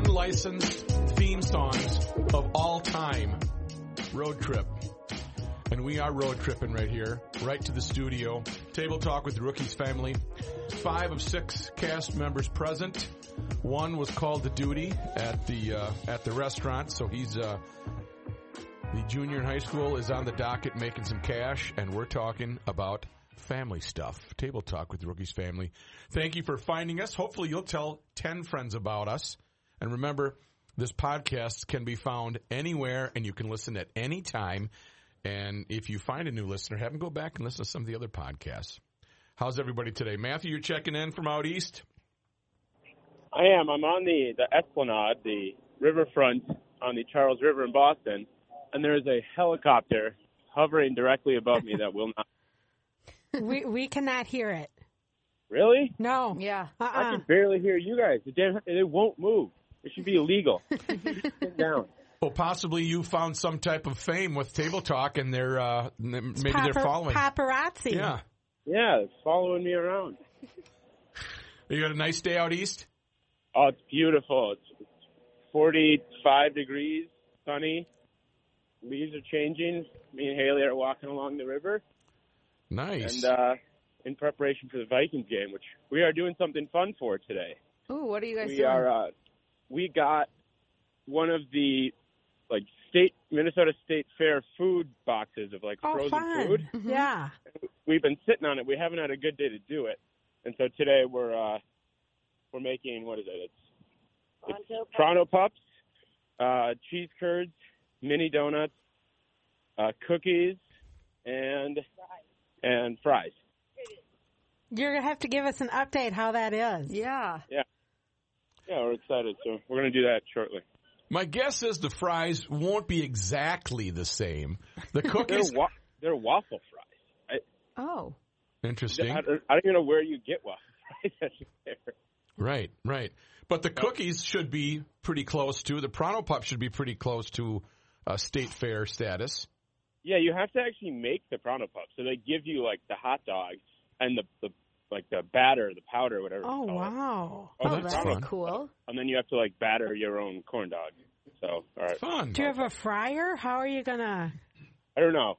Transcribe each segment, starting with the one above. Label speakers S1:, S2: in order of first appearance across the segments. S1: licensed theme songs of all time. Road Trip. And we are road tripping right here, right to the studio. Table talk with the Rookies family. Five of six cast members present. One was called to duty at the uh, at the restaurant, so he's uh, the junior in high school is on the docket making some cash, and we're talking about family stuff. Table talk with the Rookies family. Thank you for finding us. Hopefully, you'll tell 10 friends about us. And remember, this podcast can be found anywhere, and you can listen at any time. And if you find a new listener, have them go back and listen to some of the other podcasts. How's everybody today? Matthew, you're checking in from out east?
S2: I am. I'm on the, the Esplanade, the riverfront on the Charles River in Boston, and there is a helicopter hovering directly above me that will not.
S3: we we cannot hear it.
S2: Really?
S3: No.
S4: Yeah.
S2: I
S3: Uh-uh.
S2: can barely hear you guys. The damn, it won't move. It should be illegal. Sit down.
S1: Well, possibly you found some type of fame with Table Talk, and they're uh, n- maybe they're
S3: Papar-
S1: following.
S3: paparazzi.
S1: yeah.
S2: Yeah, it's following me around.
S1: You got a nice day out east?
S2: Oh, it's beautiful. It's, it's 45 degrees, sunny. Leaves are changing. Me and Haley are walking along the river.
S1: Nice.
S2: and uh, in preparation for the Vikings game, which we are doing something fun for today.
S4: Ooh, what are you guys
S2: we
S4: doing?
S2: are uh, we got one of the like state Minnesota State Fair food boxes of like
S3: Oh,
S2: frozen
S3: fun.
S2: food.
S4: Mm-hmm.
S3: Yeah.
S2: We've been sitting on it. We haven't had a good day to do it, and so today we're uh, we're making what is it? It's, it's Toronto pups, uh, cheese curds, mini donuts, uh, cookies, and and fries.
S3: You're gonna have to give us an update how that is.
S4: yeah.
S2: Yeah, we're excited. So we're going to do that shortly.
S1: My guess is the fries won't be exactly the same. The
S2: They're,
S1: cookies,
S2: wa- they're waffle fries.
S4: Oh.
S2: I,
S1: interesting,
S2: I, don't, I don't even know where you get waffle fries. That's fair.
S1: right, right. But the cookies should be pretty close to the Prono Pup should be pretty close to uh, state fair status.
S2: yeah, you have to actually make the Prono Puff. So they give you like the hot dog and the, the like the batter, the powder, whatever.
S3: Oh
S2: you call It.
S3: wow.
S2: Oh,
S4: Oh,
S2: the
S4: that's
S1: that's
S2: Prono
S1: fun.
S4: cool.
S2: And then you have to like batter your own corn dog. So all right,
S1: Fun.
S3: Do you have a fryer? How are you gonna?
S2: I don't know.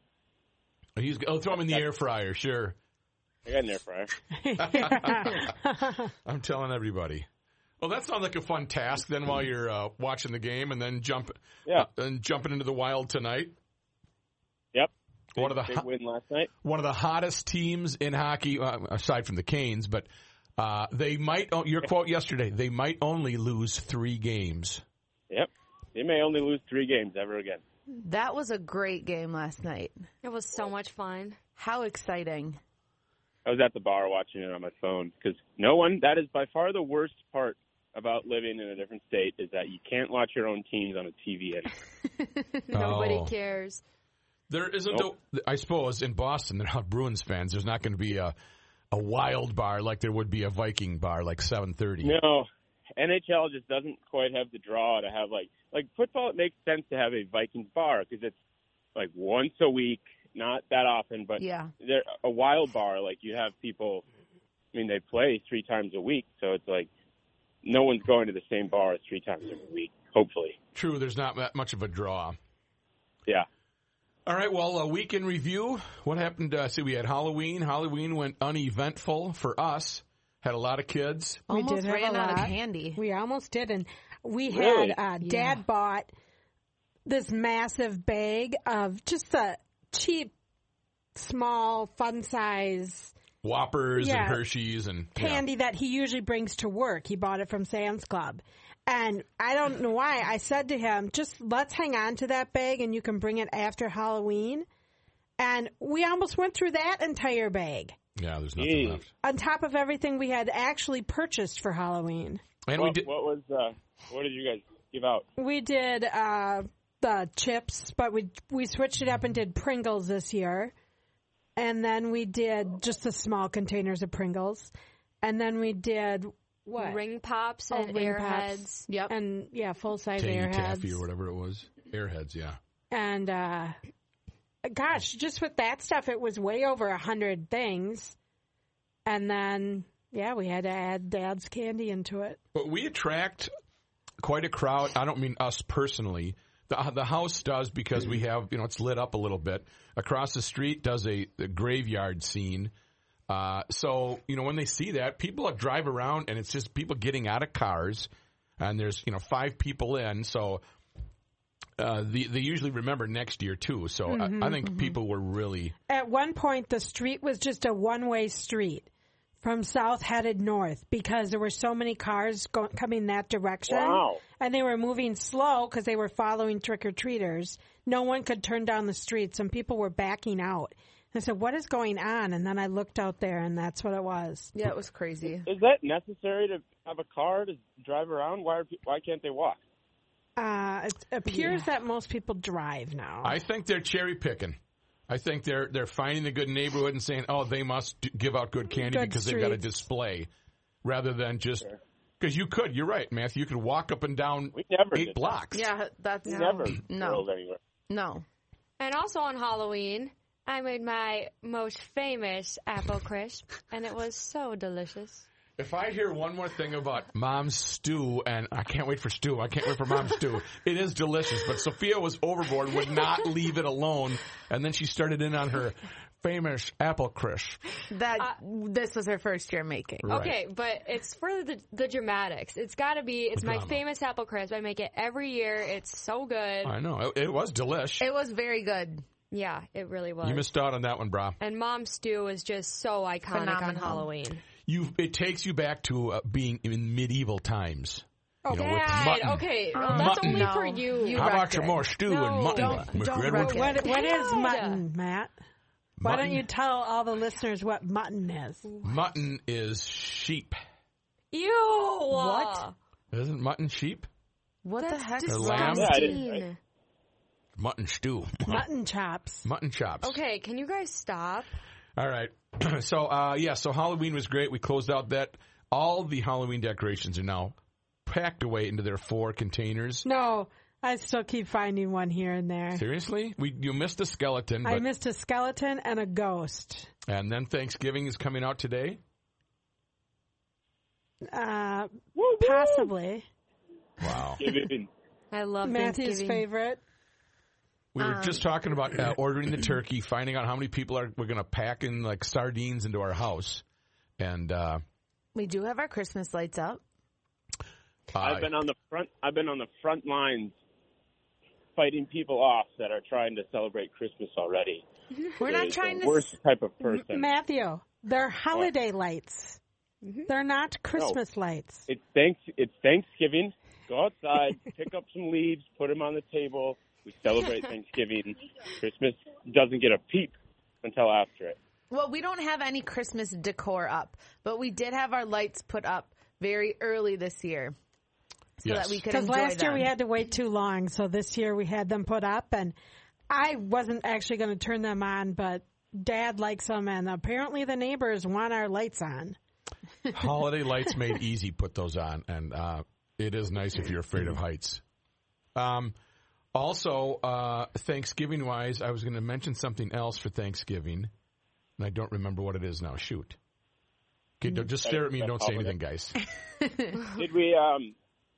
S1: He's, oh, throw them in the air fryer. Sure,
S2: I got an air fryer.
S1: I'm telling everybody. Well, that sounds like a fun task. Then while you're uh, watching the game, and then jump
S2: Yeah.
S1: and jumping into the wild tonight.
S2: Yep.
S1: One of the
S2: Big
S1: hot-
S2: win last night.
S1: one of the hottest teams in hockey, uh, aside from the Canes, but uh, they might, oh, your quote yesterday, they might only lose three games.
S2: Yep. They may only lose three games ever again.
S4: That was a great game last night.
S5: It was so much fun.
S4: How exciting.
S2: I was at the bar watching it on my phone because no one. That is by far the worst part about living in a different state is that you can't watch your own teams on a TV. Anymore.
S5: Nobody
S1: Oh.
S5: cares.
S1: There isn't, a, I suppose, in Boston, they're not Bruins fans. There's not going to be a, a wild bar like there would be a Viking bar like 730.
S2: No, NHL just doesn't quite have the draw to have like like football. It makes sense to have a Vikings bar because it's like once a week, not that often, but
S4: Yeah.
S2: there a wild bar like you have people. I mean, they play three times a week, so it's like no one's going to the same bar three times a week. Hopefully,
S1: True, there's not that much of a draw.
S2: yeah.
S1: All right, well, a week in review. What happened? Uh, see, we had Halloween. Halloween went uneventful for us. Had a lot of kids.
S3: We
S4: Almost
S3: did have
S4: ran
S3: a
S4: out of
S3: lot.
S4: candy.
S3: We almost did, and we
S2: Really?
S3: had uh, Dad
S4: Yeah.
S3: bought this massive bag of just a cheap, small, fun size
S1: Whoppers
S3: Yeah.
S1: and Hershey's and yeah.
S3: candy that he usually brings to work. He bought it from Sam's Club. And I don't know why. I said to him, just let's hang on to that bag and you can bring it after Halloween. And we almost went through that entire bag
S1: yeah, there's nothing
S2: Jeez.
S1: left.
S3: on top of everything we had actually purchased for Halloween.
S1: And we
S2: What,
S1: did.
S2: what was uh, what did you guys give out?
S3: We did uh, the chips, but we we switched it up and did Pringles this year, and then we did just the small containers of Pringles, and then we did what
S5: Ring pops
S3: Oh,
S5: and
S3: Ring
S5: airheads.
S3: Pops.
S4: Yep.
S3: and yeah, full size
S1: Tangy Taffy or
S3: airheads,
S1: whatever it was. Airheads, yeah.
S3: and uh, gosh, just with that stuff, it was way over a hundred things, and then yeah, we had to add Dad's candy into it.
S1: But we attract quite a crowd. I don't mean us personally. The, uh, the house does because we have, you know, it's lit up a little bit. Across the street does a, a graveyard scene. Uh, so, you know, when they see that, people drive around and it's just people getting out of cars and there's, you know, five people in. So, uh, the, they usually remember next year too. So I, I think people were really,
S3: At one point, the street was just a one way street from south headed north because there were so many cars go- coming that direction.
S2: Wow.
S3: And they were moving slow because they were following trick or treaters. No one could turn down the street. Some people were backing out. I said, What is going on? And then I looked out there, and that's what it was.
S4: Yeah, it was crazy.
S2: Is that necessary to have a car to drive around? Why are, pe- why can't they walk?
S3: Uh, it appears that most people drive now.
S1: I think they're cherry picking. I think they're, they're finding a good neighborhood and saying, oh, they must d- give out good candy
S3: Good
S1: because they've got a
S3: streets.
S1: display rather than just, because you could, you're right, Matthew, you could walk up and down
S2: We never did
S1: eight
S2: that.
S1: blocks.
S4: Yeah, that's
S2: Never
S4: No.
S2: drove anywhere.
S4: No.
S5: And also on Halloween, I made my most famous apple crisp, and it was so delicious.
S1: If I hear one more thing about mom's stew, and I can't wait for stew, I can't wait for mom's stew. It is delicious, but Sophia was overboard, would not leave it alone, and then she started in on her famous apple crisp.
S4: That this was her first year making.
S5: Okay, but it's for the, the dramatics. It's got to be. It's my
S1: drama.
S5: famous apple crisp. I make it every year. It's so good.
S1: I know it, it was delish.
S4: It was very good.
S5: Yeah, it really was.
S1: You missed out on that one, brah.
S5: and Mom Stew is just so iconic on
S4: Phenomenal.
S5: Halloween.
S1: You it takes you back to uh, being in medieval times. You know, with
S5: Dad,
S1: mutton.
S5: okay, well, that's
S1: Mutton.
S5: only
S4: No.
S5: for you.
S4: You
S1: How about
S4: wrecked
S1: your
S4: it.
S1: more stew and
S5: No.
S1: mutton?
S4: Don't-
S1: with
S4: don't
S1: red
S4: wreck
S1: wine?
S4: it.
S3: What, what is
S5: Dude.
S3: mutton, Matt? Why don't
S1: Mutton?
S3: you tell all the listeners what mutton is?
S1: Mutton is sheep.
S5: Ew.
S4: What?
S1: Isn't mutton sheep?
S4: What the heck?
S1: Or lamb?
S2: Yeah, I didn't- I-
S5: Disgusting.
S1: Mutton stew.
S3: Mutton chops.
S1: Mutton chops.
S5: Okay, can you guys stop?
S1: All right. so uh, yeah, so Halloween was great. We closed out that all the Halloween decorations are now packed away into their four containers.
S3: No, I still keep finding one here and there.
S1: Seriously, we you missed a skeleton,
S3: Mm. I
S1: but,
S3: missed a skeleton and a ghost.
S1: and then Thanksgiving is coming out today.
S3: Uh, possibly
S1: Wow,
S2: Giving-
S5: I love
S3: Matthew's
S5: Thanksgiving.
S3: favorite.
S1: we were just talking about uh, ordering the turkey, finding out how many people are we're going to pack in like sardines into our house, and uh,
S4: We do have our Christmas lights up.
S1: uh,
S2: I've been on the front. I've been on the front lines, fighting people off that are trying to celebrate Christmas already.
S4: We're
S2: It
S4: not
S2: is
S4: trying
S2: the
S4: to.
S2: worst type of person.
S3: Matthew, they're holiday lights.
S4: Mm-hmm.
S3: They're not Christmas lights.
S2: it's thanks. It's Thanksgiving. Go outside, pick up some leaves, put them on the table. We celebrate Thanksgiving. Christmas doesn't get a peep until after it.
S4: Well, we don't have any Christmas decor up, but we did have our lights put up very early this year, so
S1: Yes.
S4: that we could
S3: Because
S4: enjoy
S3: last year
S4: them.
S3: we had to wait too long, so this year we had them put up, and I wasn't actually going to turn them on, but Dad likes them, and apparently the neighbors want our lights on.
S1: Holiday Lights Made Easy put those on, and uh, it is nice if you're afraid of heights. Um, also, uh, Thanksgiving wise, I was going to mention something else for Thanksgiving, and I don't remember what it is now. Shoot. Okay, don't, just stare at me and don't say anything, guys.
S2: Did we? Um,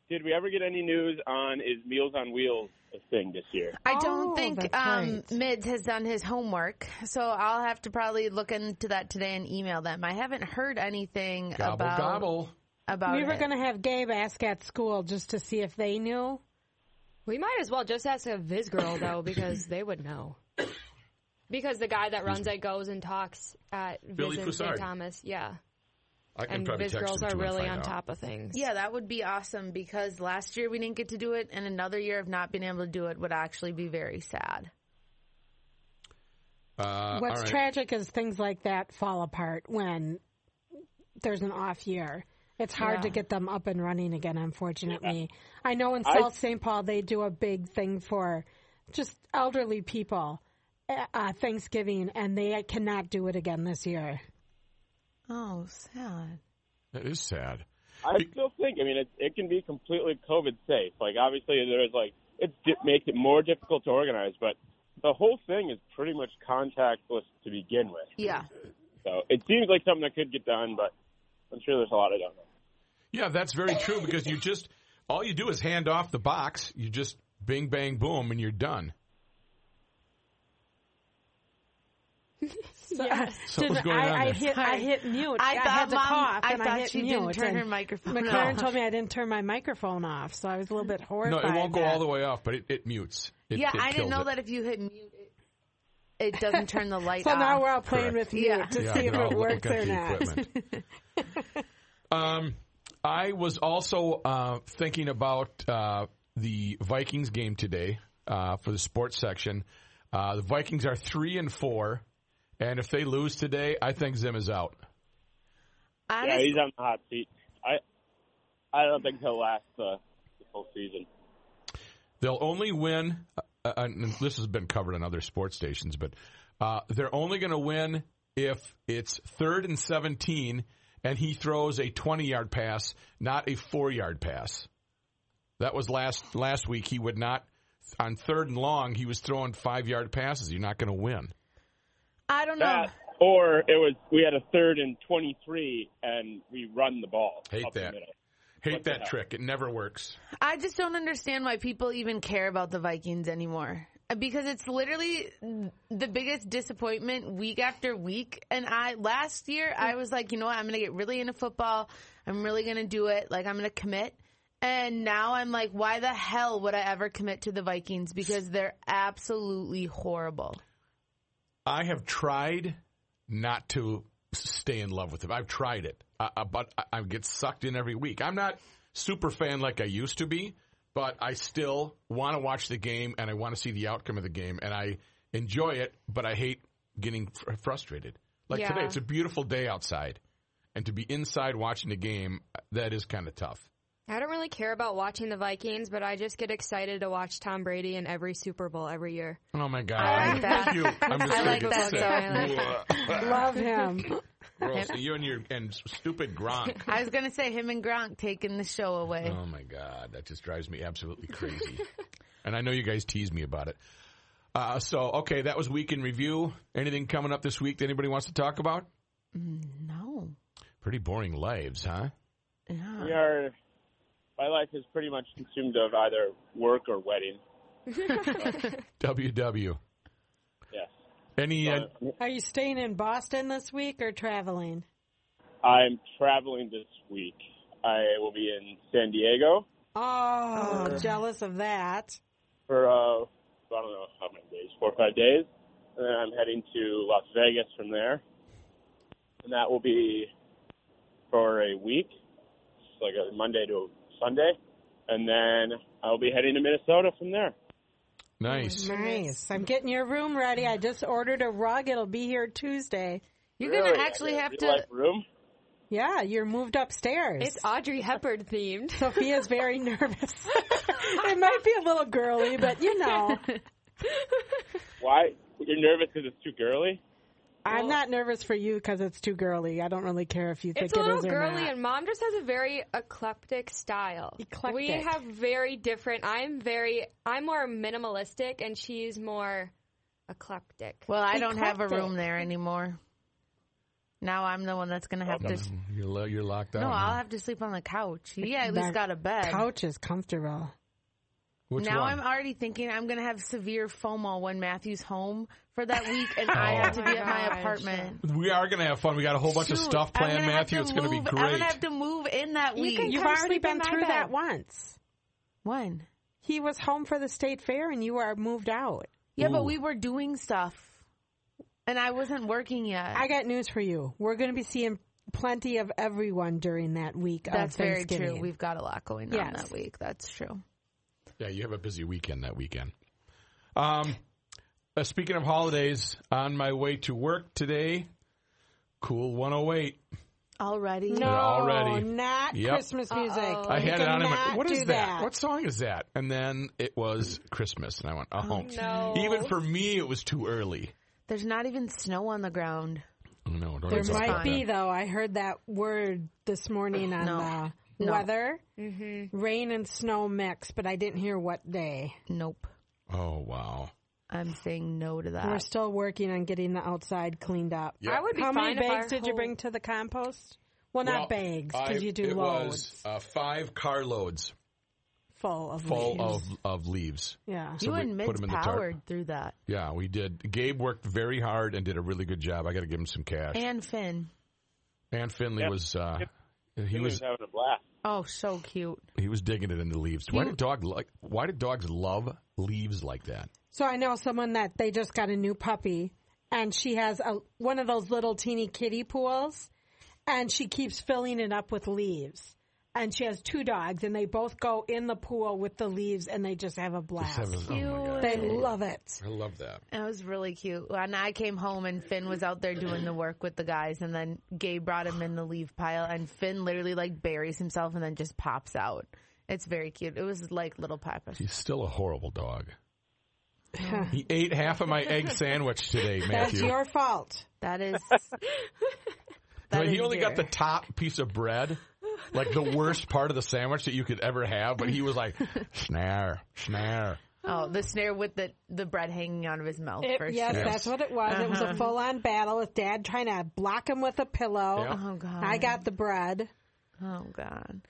S2: did we ever get any news on is Meals on Wheels a thing this year?
S4: I don't
S3: Oh,
S4: think
S3: that's
S4: um,
S3: right.
S4: Mids has done his homework, so I'll have to probably look into that today and email them. I haven't heard anything
S1: Gobble,
S4: about
S1: gobble.
S4: about
S3: we were
S4: it.
S3: going to have Gabe ask at school just to see if they knew.
S5: We might as well just ask a Viz girl though, because they would know. Because the guy that runs it goes and talks at
S1: Billy
S5: Viz in
S1: Coussard.
S5: St. Thomas, yeah,
S1: I can
S5: and
S1: probably
S5: Viz
S1: text
S5: girls
S1: them
S5: are
S1: too and
S5: really
S1: find
S5: on
S1: out.
S5: top of things.
S4: Yeah, that would be awesome because last year we didn't get to do it, and another year of not being able to do it would actually be very sad.
S1: Uh,
S3: What's
S1: all right.
S3: tragic is things like that fall apart when there's an off year. It's hard to get them up and running again, unfortunately. I know in South St. Paul they do a big thing for just elderly people uh, uh, Thanksgiving, and they cannot do it again this year.
S4: Oh, sad.
S1: That is sad.
S2: I still think. I mean, it, it can be completely COVID safe. Like, obviously, there's like it di- makes it more difficult to organize, but the whole thing is pretty much contactless to begin with.
S4: Yeah,
S2: So it seems like something that could get done, but I'm sure there's a lot I don't know.
S1: Yeah, that's very true because you just All you do is hand off the box. You just bing, bang, boom, and you're done.
S3: Yes.
S1: Something's going on
S3: I, I
S1: there.
S3: hit I hit mute.
S4: I thought
S3: had to
S4: Mom-
S3: cough
S4: I
S3: and I
S4: thought
S3: hit
S4: she
S3: mute.
S4: didn't turn
S3: and
S4: her microphone
S3: McLaren
S4: off.
S3: told me I didn't turn my microphone off, so I was a little bit
S1: No,
S3: horrified.
S1: it won't go
S3: that-
S1: all the way off, but it, it mutes. It,
S4: yeah,
S1: it
S4: I didn't
S1: kills
S4: know
S1: it.
S4: that if you hit mute, it, it doesn't turn the light
S3: So
S4: off.
S3: now we're all playing
S1: Correct.
S3: with mute
S4: Yeah.
S3: to
S1: yeah,
S3: see if
S1: they're all
S3: it
S1: looking
S3: works
S1: at
S3: or
S1: the
S3: not.
S1: equipment. um, I was also uh, thinking about uh, the Vikings game today uh, for the sports section. Uh, the Vikings are three and four, and if they lose today, I think Zim is out.
S2: Yeah,
S4: Honest-
S2: he's on the hot seat. I I don't think he'll last the, the whole season.
S1: They'll only win. Uh, uh, and this has been covered on other sports stations, but uh, they're only going to win if it's third and seventeen, and he throws a twenty-yard pass, not a four-yard pass. That was last last week. He would not on third and long. He was throwing five-yard passes. You're not going to win.
S4: I don't know.
S2: That or it was we had a third and twenty three and we run the ball.
S1: Hate
S2: up The
S1: that.
S2: middle.
S1: Hate
S2: the
S1: that
S2: hell?
S1: trick. It never works.
S4: I just don't understand why people even care about the Vikings anymore. Because it's literally the biggest disappointment week after week. And I, last year, I was like, you know what? I'm going to get really into football. I'm really going to do it. Like, I'm going to commit. And now I'm like, why the hell would I ever commit to the Vikings? Because they're absolutely horrible.
S1: I have tried not to stay in love with him. I've tried it, uh, uh, but I, I get sucked in every week. I'm not super fan like I used to be, but I still want to watch the game and I want to see the outcome of the game, and I enjoy it. But I hate getting fr- frustrated. Like
S5: Yeah.
S1: today, it's a beautiful day outside, and to be inside watching the game uh, that is kind of tough.
S5: I don't really care about watching the Vikings, but I just get excited to watch Tom Brady in every Super Bowl every year.
S1: Oh my god!
S4: I like that.
S1: Thank you. I'm just
S4: I
S1: gonna
S4: like
S1: get
S4: that,
S1: sick.
S5: sorry,
S3: Love him.
S1: Gross. You and your and stupid Gronk.
S4: I was going to say him and Gronk taking the show away.
S1: Oh my god, that just drives me absolutely crazy. and I know you guys tease me about it. Uh, so okay, that was week in review. Anything coming up this week that anybody wants to talk about?
S4: No.
S1: Pretty boring lives, huh?
S4: Yeah.
S2: We are my life is pretty much consumed of either work or wedding.
S1: WW.
S2: Yes.
S1: Any uh,
S3: Are you staying in Boston this week or traveling?
S2: I'm traveling this week. I will be in San Diego
S3: Oh, jealous of that.
S2: for uh, I don't know how many days, four or five days, and then I'm heading to Las Vegas from there, and that will be for a week, it's like a Monday to Sunday, and then I'll be heading to Minnesota from there.
S1: nice?
S3: Nice. I'm getting your room ready. I just ordered a rug. It'll be here Tuesday.
S4: You're
S2: Really?
S4: going to actually
S2: I
S4: have
S2: really
S4: to.
S2: like room.
S3: Yeah, you're moved upstairs.
S5: It's Audrey Hepburd themed.
S3: Sophia's very nervous. it might be a little girly, but you know,
S2: Why? You're nervous because it's too girly.
S3: I'm not nervous for you because it's too girly. I don't really care if you think
S5: It's a
S3: it
S5: little
S3: is or
S5: girly,
S3: not.
S5: and mom just has a very eclectic style.
S3: Eclectic.
S5: We have very different. I'm very. I'm more minimalistic, and she's more eclectic.
S4: Well, I don't have a
S3: Eclectic.
S4: room there anymore. Now I'm the one that's going to have to.
S1: You're lo- you're locked out.
S4: No,
S1: huh?
S4: I'll have to sleep on the couch. Yeah, at least
S3: That
S4: got a bed.
S3: Couch is comfortable.
S1: Which
S4: now
S1: one?
S4: I'm already thinking I'm going to have severe FOMO when Matthew's home for that week, and I have to
S5: Oh
S4: be
S5: my
S4: at my
S5: gosh.
S4: apartment.
S1: we are going to have fun. We got a whole bunch of
S4: Shoot,
S1: stuff
S4: I'm
S1: planned,
S4: gonna have
S1: Matthew.
S4: to
S1: It's going to be
S4: move- I'm
S1: great.
S4: going to have to move in that week.
S5: can-
S3: You've
S5: Come
S3: already
S5: sleep in
S3: been
S5: my
S3: through
S5: bed.
S3: that once.
S4: when?
S3: He was home for the state fair and you are moved out.
S4: Yeah,
S1: Ooh.
S4: but we were doing stuff, and I wasn't working yet.
S3: I got news for you. We're going to be seeing plenty of everyone during that week
S4: that's
S3: of
S4: very
S3: Thanksgiving.
S4: true. We've got a lot going on
S3: Yes.
S4: that week. That's true.
S1: Yeah, you have a busy weekend that weekend. Um, uh, speaking of holidays, on my way to work today, cool 108.
S4: Already.
S3: no,
S1: Already.
S3: not
S1: Yep.
S3: Christmas music.
S1: I
S3: You
S1: had it on. I'm like,
S3: cannot
S1: what is
S3: do
S1: that? What song is that? And then it was Christmas, and I went, oh,
S5: no.
S1: Even for me, it was too early.
S4: There's not even snow on the ground.
S1: Oh, no, don't
S3: There
S1: even talk
S3: might
S1: about
S3: be
S1: that.
S3: though. I heard that word this morning on
S4: No.
S3: the
S4: No.
S3: weather,
S5: Mm-hmm.
S3: rain and snow mix, but I didn't hear what day.
S4: Nope.
S1: Oh wow.
S4: I'm saying no to that.
S3: We're still working on getting the outside cleaned up.
S1: Yeah.
S5: Uh. I would be
S3: How many
S5: fine if our
S3: bags did you
S5: whole-
S3: bring to the compost? Well, not bags
S1: I-
S3: because you do
S1: it
S3: loads.
S1: was uh, five carloads.
S3: full of
S1: full
S3: leaves.
S1: of of leaves.
S3: yeah.
S1: So
S4: you
S1: we
S4: and
S1: put
S4: Mitch
S1: 'em in the tarp.
S4: powered through that.
S1: Yeah, we did. Gabe worked very hard and did a really good job. I got to give him some cash.
S4: And Finn.
S1: And Finley
S2: Yep.
S1: was uh, he
S2: He was
S1: was
S2: having a blast.
S4: Oh, so cute.
S1: he was digging it in the leaves. Why
S4: He-
S1: did dog like? Why did dogs love leaves like that?
S3: So I know someone that they just got a new puppy, and she has a one of those little teeny kitty pools, and she keeps filling it up with leaves. And she has two dogs, and they both go in the pool with the leaves, and they just have a blast.
S1: Oh my
S3: they
S1: God.
S3: love it.
S1: I love that.
S4: That was really cute. And I came home and Finn was out there doing the work with the guys and then Gabe brought him in the leaf pile and Finn literally like buries himself and then just pops out. It's very cute. It was like little Papa.
S1: He's still a horrible dog. he ate half of my egg sandwich today,
S3: That's
S1: Matthew.
S3: your fault.
S4: That is
S1: I mean,
S4: that
S1: he
S4: is
S1: only got the
S4: dear.
S1: top piece of bread, like the worst part of the sandwich that you could ever have. But he was like, snare, snare.
S4: Oh, the snare with the the bread hanging out of his mouth
S3: It-
S4: for
S3: yes,
S4: sure. Uh-huh.
S3: that's what it was. It was a full on battle with dad trying to block him with a pillow.
S1: Yeah.
S4: Oh god.
S3: I got the bread.
S4: Oh god.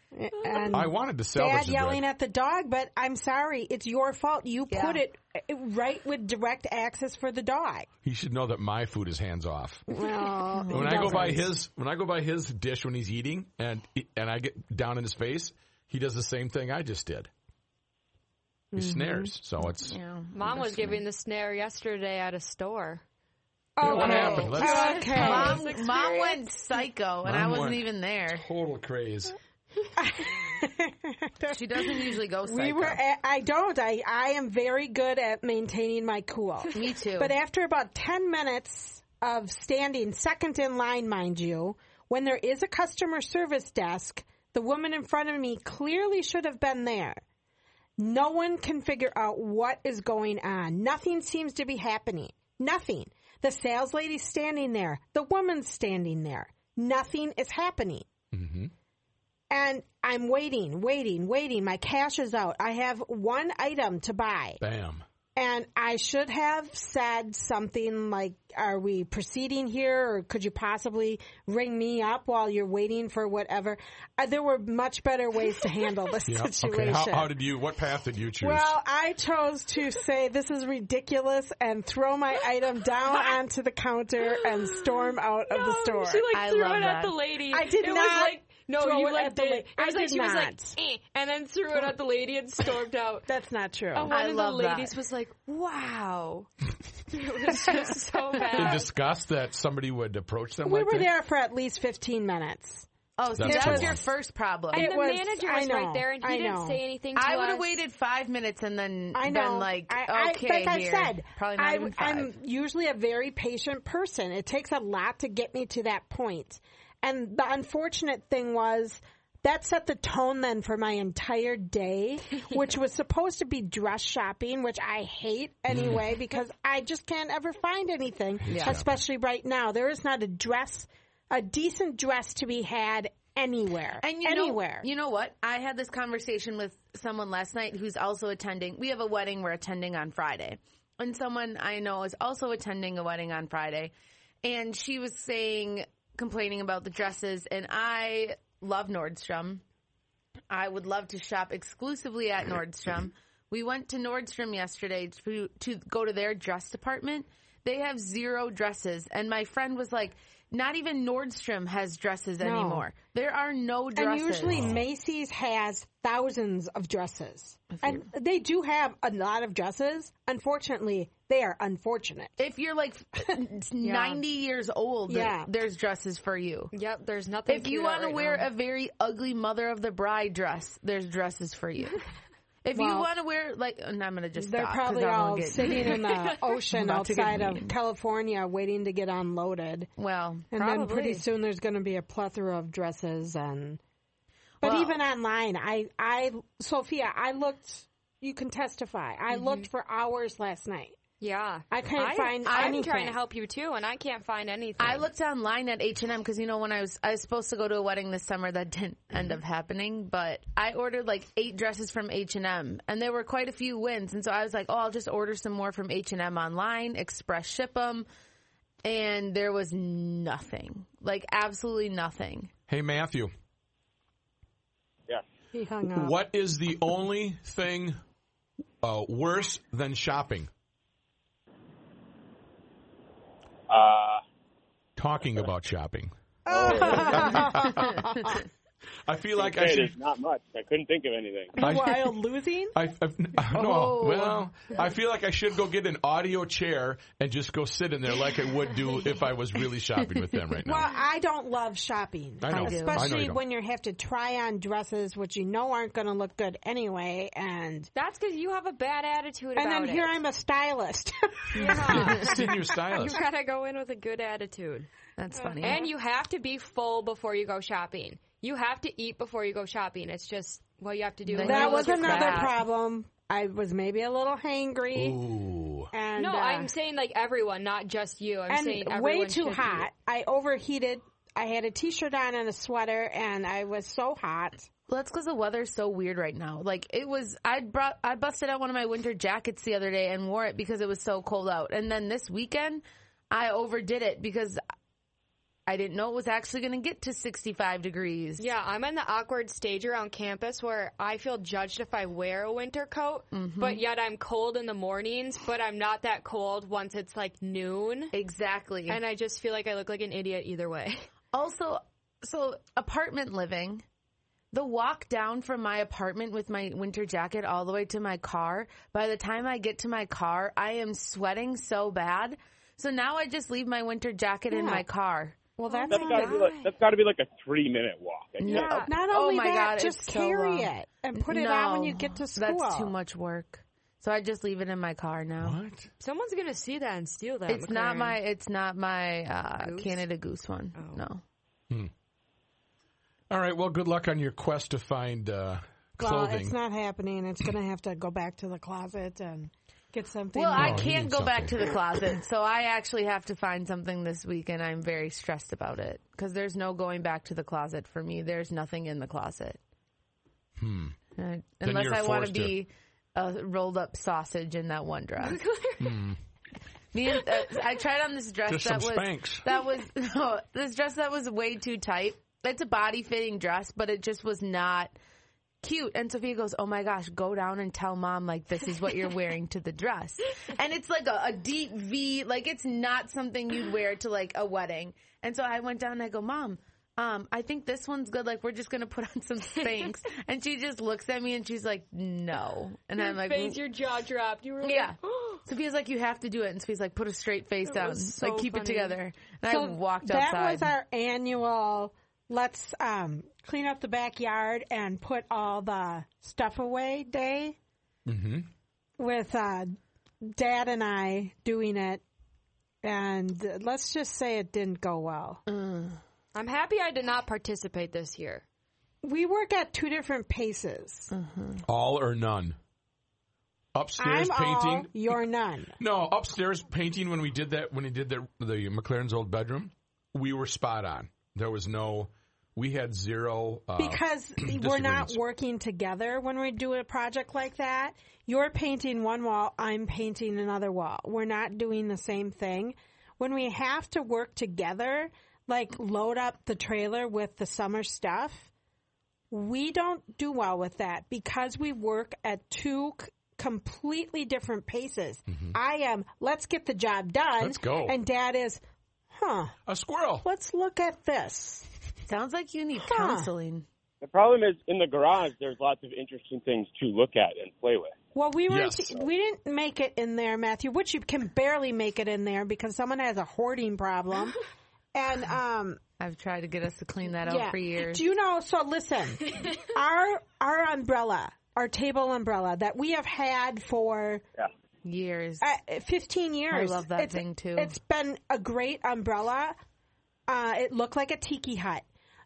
S3: And
S1: I wanted to salvage
S3: dad
S1: the
S3: yelling
S1: bread.
S3: at the dog, but I'm sorry, it's your fault. You
S4: Yeah.
S3: put it uh, right with direct access for the dog.
S1: He should know that my food is hands off.
S3: Well,
S1: when I go by his when I go by his dish when he's eating and and I get down in his face, he does the same thing I just did. He
S3: Mm-hmm.
S1: snares. So it's
S4: Yeah.
S5: Mom was giving the snare yesterday at a store.
S3: oh,
S1: what happened? Let's-
S3: okay.
S4: Mom, mom went psycho and I
S1: Mom
S4: wasn't
S1: went-
S4: even there.
S1: total craze.
S4: She doesn't usually go psycho.
S3: we were. At, I don't. I I am very good at maintaining my cool.
S4: Me too.
S3: But after about ten minutes of standing second in line, mind you, when there is a customer service desk, the woman in front of me clearly should have been there. No one can figure out what is going on. Nothing seems to be happening. Nothing. The sales lady's standing there. The woman's standing there. Nothing is happening.
S1: Mm-hmm.
S3: And I'm waiting, waiting, waiting. My cash is out. I have one item to buy.
S1: Bam.
S3: And I should have said something like, Are we proceeding here? Or could you possibly ring me up while you're waiting for whatever? Uh, there were much better ways to handle this
S1: Yeah.
S3: situation.
S1: Okay. How, how did you? What path did you choose?
S3: Well, I chose to say this is ridiculous and throw my item down onto the counter and storm out of the store.
S5: Oh, She like
S4: I
S5: threw
S4: love
S5: it
S4: that.
S5: at the lady.
S3: I did
S5: it
S3: not
S5: Was like, no,
S3: throw
S5: you
S3: it
S5: like
S3: at the
S5: did.
S3: la-
S5: it was
S3: I
S5: like
S3: did
S5: she was like,
S3: not.
S5: eh, and then threw it at the lady and stormed out.
S3: That's not true.
S5: And
S4: I
S5: one of the
S4: love that.
S5: ladies was like, "Wow, it was just so
S1: in
S5: bad."
S1: disgust that somebody would approach them.
S3: uh, we
S1: like
S3: were
S1: that?
S3: there for at least 15 minutes.
S4: oh, see,
S1: That's
S4: that was
S1: the
S4: your
S1: one.
S4: first problem.
S3: it
S5: and the
S3: was-
S5: manager
S3: I
S5: was
S3: know,
S5: right there, and he
S3: I
S5: didn't
S3: know.
S5: say anything. To
S4: I would
S5: us.
S4: have waited five minutes and then
S3: I know.
S4: been like,
S3: I, I,
S4: okay,
S3: like
S4: here.
S3: I said,
S4: probably not
S3: I,
S4: even 5
S3: am usually a very patient person. It takes a lot to get me to that point. And the unfortunate thing was that set the tone then for my entire day, which was supposed to be dress shopping, which I hate
S4: Mm.
S3: anyway because I just can't ever find anything, especially right now. There is not a dress, a decent dress to be had anywhere.
S4: and you
S3: anywhere.
S4: know, you know what? I had this conversation with someone last night who's also attending. We have a wedding we're attending on Friday, and someone I know is also attending a wedding on Friday, and she was saying, complaining about the dresses, and I love Nordstrom. I would love to shop exclusively at Nordstrom. We went to Nordstrom yesterday to to go to their dress department. They have zero dresses, and my friend was like, "Not even Nordstrom has dresses anymore. There are no
S3: And
S4: dresses."
S3: usually Macy's has thousands of dresses. And they do have a lot of dresses. Unfortunately, they are unfortunate.
S4: if you're like ninety years old,
S3: Yeah.
S4: there's dresses for you.
S5: Yep, there's nothing.
S4: If you want to wear a very ugly mother of the bride dress, there's dresses for you. If you
S3: Well,
S4: want to wear like, and I'm gonna just
S3: They're
S4: stop 'cause
S3: probably
S4: I won't
S3: all
S4: get-
S3: sitting in the ocean
S4: About to get
S3: outside of
S4: mean.
S3: California waiting to get unloaded.
S4: well.
S3: And then pretty
S5: Probably.
S3: soon there's going to be a plethora of dresses and But
S4: Well-
S3: even online, I I Sophia, I looked you can testify. I
S4: Mm-hmm.
S3: looked for hours last night.
S5: yeah,
S3: I couldn't find
S5: I'm
S3: anything.
S5: trying to help you too, and I can't find anything.
S4: I looked online at H and M because you know when I was I was supposed to go to a wedding this summer that didn't end up happening, but I ordered like eight dresses from H and M, and there were quite a few wins, and so I was like, oh, I'll just order some more from H and M online, express ship them, and there was nothing, like absolutely nothing.
S1: Hey, Matthew.
S2: Yeah.
S3: He hung up.
S1: What is the only thing uh, worse than shopping?
S2: Uh,
S1: Talking about shopping. I feel like I
S2: okay, there's
S1: should.
S2: not much. I couldn't think of anything.
S1: I,
S3: While losing?
S1: I, I- no,
S4: Oh.
S1: well, I feel like I should go get an audio chair and just go sit in there like I would do if I was really shopping with them right now.
S3: Well, I don't love shopping.
S1: I know. I do. I know
S3: Especially
S1: you don't.
S3: when you have to try on dresses, which you know aren't going to look good anyway. And
S5: That's because you have a bad attitude
S3: and
S5: about
S3: then
S5: it.
S3: here I'm a stylist.
S5: Yeah.
S1: Senior
S5: you
S1: stylist.
S5: gotta go in with a good attitude.
S4: That's funny.
S5: And you have to be full before you go shopping. You have to eat before you go shopping. It's just what you have to do.
S4: Then
S5: When
S4: you
S5: you
S3: that was
S5: look
S3: another
S5: crap.
S3: problem. I was maybe a little hangry.
S1: Ooh.
S3: And,
S5: No,
S3: uh,
S5: I'm saying like everyone, not just you. I'm saying
S3: and way
S5: everyone should
S3: too
S5: be-
S3: hot. I overheated. I had a t-shirt on and a sweater, and I was so hot.
S4: Well, that's because the weather's so weird right now. Like it was, I brought, I busted out one of my winter jackets the other day and wore it because it was so cold out. And then this weekend, I overdid it because I didn't know it was actually going to get to 65 degrees.
S5: Yeah, I'm in the awkward stage around campus where I feel judged if I wear a winter coat, but yet I'm cold in the mornings, but I'm not that cold once it's like noon.
S4: exactly.
S5: And I just feel like I look like an idiot either way.
S4: Also, so apartment living, the walk down from my apartment with my winter jacket all the way to my car, by the time I get to my car, I am sweating so bad. So now I just leave my winter jacket in
S3: Yeah.
S4: my car.
S3: Well, that's,
S2: That's got to be like that's got to be like a three minute walk. I guess.
S4: Yeah.
S3: not
S4: Oh
S3: only
S4: my
S3: that,
S4: God,
S3: just
S4: it's so
S3: carry
S4: long.
S3: it and put it on when
S4: No,
S3: you get to school.
S4: That's too much work. So I just leave it in my car now.
S1: What?
S5: Someone's gonna see that and steal that.
S4: It's not
S5: McLaren.
S4: my. It's not my uh,
S5: Goose?
S4: Canada Goose one.
S3: Oh.
S4: No.
S1: All right. Well, good luck on your quest to find uh,
S3: Well,
S1: clothing.
S3: it's not happening. It's going to have to go back to the closet and get something.
S4: Well, I
S1: No, he
S4: can't
S1: needs
S4: go back to
S1: something.
S4: the closet, so I actually have to find something this week, and I'm very stressed about it because there's no going back to the closet for me. There's nothing in the closet. Hmm. unless
S1: you're
S4: I want to
S1: forced to-
S4: be a rolled up sausage in that one dress. Me and, uh, I tried on this dress
S1: Hmm. Just
S4: that
S1: some
S4: was
S1: Spanx.
S4: that was no, this dress that was way too tight. It's a body fitting dress, but it just was not cute. And Sophia goes, "Oh my gosh, go down and tell mom like this is what you're wearing to the dress." And it's like a, a deep V, like it's not something you'd wear to like a wedding. And so I went down and I go, "Mom, um, I think this one's good. Like we're just gonna put on some Spanx." and she just looks at me and she's like, "No." And I'm like,
S5: face, your jaw dropped. You were like,
S4: yeah. Sophia's like, you have to do it. And Sophia's like, put a straight face down.
S5: was so
S4: like, keep it
S5: funny.
S4: together. And I walked
S3: that
S4: outside.
S3: was our annual. Let's um, clean up the backyard and put all the stuff away day. Mm-hmm. With uh, Dad and I doing it, and uh, let's just say it didn't go well.
S5: I'm happy I did not participate this year.
S3: We work at two different paces.
S1: All or none. Upstairs
S3: I'm
S1: painting.
S3: all, you're none.
S1: No, upstairs painting when we did that when he did the the McLaren's old bedroom, we were spot on. There was no we had zero uh,
S3: because we're not
S1: disagreements.
S3: working together when we do a project like that. You're painting one wall, I'm painting another wall. We're not doing the same thing. When we have to work together, like load up the trailer with the summer stuff, we don't do well with that because we work at two c- completely different paces. I am, let's get the job done.
S1: Mm-hmm. Let's go.
S3: And dad is, huh,
S1: a squirrel.
S3: let's look at this.
S4: Sounds like you need counseling.
S2: The problem is in the garage. There's lots of interesting things to look at and play with.
S3: Well, we were
S1: Yes.
S3: we didn't make it in there, Matthew, which you can barely make it in there because someone has a hoarding problem. And um
S4: I've tried to get us to clean that
S3: yeah.
S4: out Oh, for years.
S3: Do you know so listen, our our umbrella, our table umbrella that we have had for
S4: years.
S3: uh, 15 years.
S4: I love that
S3: It's-
S4: thing, too.
S3: It's been a great umbrella. Uh, it looked like a tiki hut.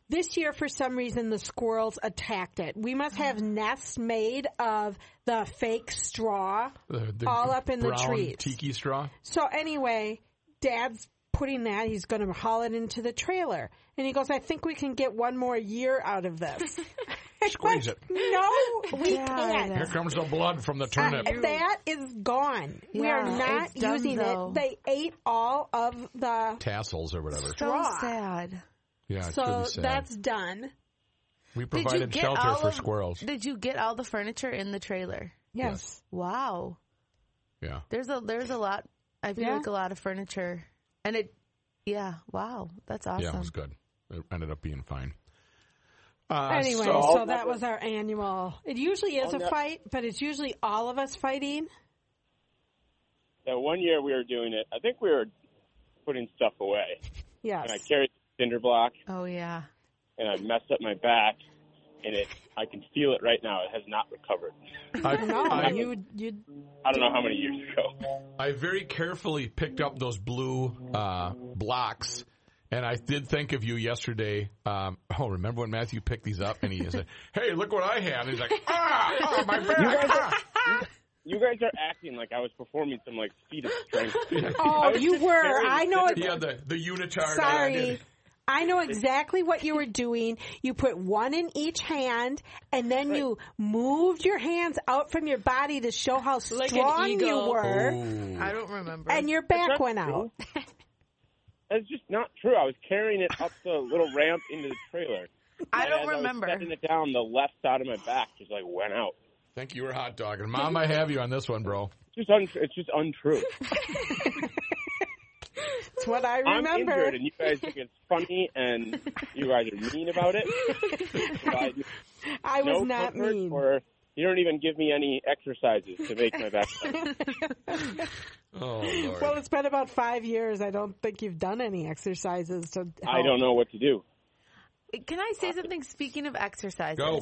S3: This year, for some reason, the squirrels attacked it. We must have
S4: Mm.
S3: nests made of the fake straw
S1: The- the
S3: all up in the
S1: brown
S3: trees.
S1: Tiki straw.
S3: So anyway, Dad's putting that. He's going to haul it into the trailer, and he goes, "I think we can get one more year out of this."
S1: Squeeze it.
S3: no, we can't.
S1: Here comes the blood from the turnip.
S3: Uh, that is gone. we are
S4: Yeah,
S3: not
S4: it's done,
S3: using
S4: though.
S3: it. They ate all of the
S1: Tassels or whatever.
S4: so
S3: straw.
S4: sad.
S1: Yeah, it's
S3: so
S1: really sad.
S3: that's done.
S1: We provided shelter for squirrels.
S4: Did you get all the furniture in the trailer?
S3: Yes.
S4: Wow.
S1: yeah.
S4: There's a there's a lot. I feel
S3: Yeah.
S4: like a lot of furniture, and it. Yeah. Wow. That's awesome.
S1: Yeah, it was good. It ended up being fine. Uh,
S3: Anyway,
S1: so-
S3: so,
S2: I'll
S3: that
S2: never-
S3: was our annual. It usually is a
S2: I'll ne-
S3: fight, but it's usually all of us fighting.
S2: That one year we were doing it, I think we were putting stuff away, and I
S3: Yes.
S2: carried the cinder block,
S4: Oh yeah.
S2: and I messed up my back, and it I can feel it right now. It has not recovered.
S1: I,
S3: No,
S1: I-
S3: you you
S2: I don't know how many years ago.
S1: I very carefully picked up those blue uh, blocks, and I did think of you yesterday. Um, oh, remember when Matthew picked these up and he said, "Hey, look what I had!" And he's like, "Ah, ah, my back!" ah."
S2: You guys are acting like I was performing some like feat of strength.
S3: Oh, you were. I know it.
S1: He had the the unitard. that I did.
S3: Sorry. I know exactly what you were doing. You put one in each hand, and then you moved your hands out from your body to show how
S5: Like an
S3: strong you
S5: eagle.
S3: were,
S1: Ooh.
S4: I don't remember.
S3: and your back
S2: That's
S3: went
S2: not
S3: out.
S2: true. That's just not true. I was carrying it up the little ramp into the trailer.
S4: I
S2: And
S4: don't
S2: as
S4: remember.
S2: I was setting it down, the left side of my back just like went out.
S1: Think you were hot dogging, Mom? I have you on this one, bro.
S2: It's just un- it's just untrue.
S3: That's what I
S2: I'm
S3: remember.
S2: injured, and you guys think it's funny, and you guys are mean about it. You provide me
S3: I was
S2: no
S3: not
S2: comfort
S3: mean.
S2: Or you don't even give me any exercises to make my back. better.
S1: Oh Lord.
S3: Well, it's been about five years. I don't think you've done any exercises to.
S2: I don't know what to do.
S4: Can I say something? Speaking of exercises,
S1: Go.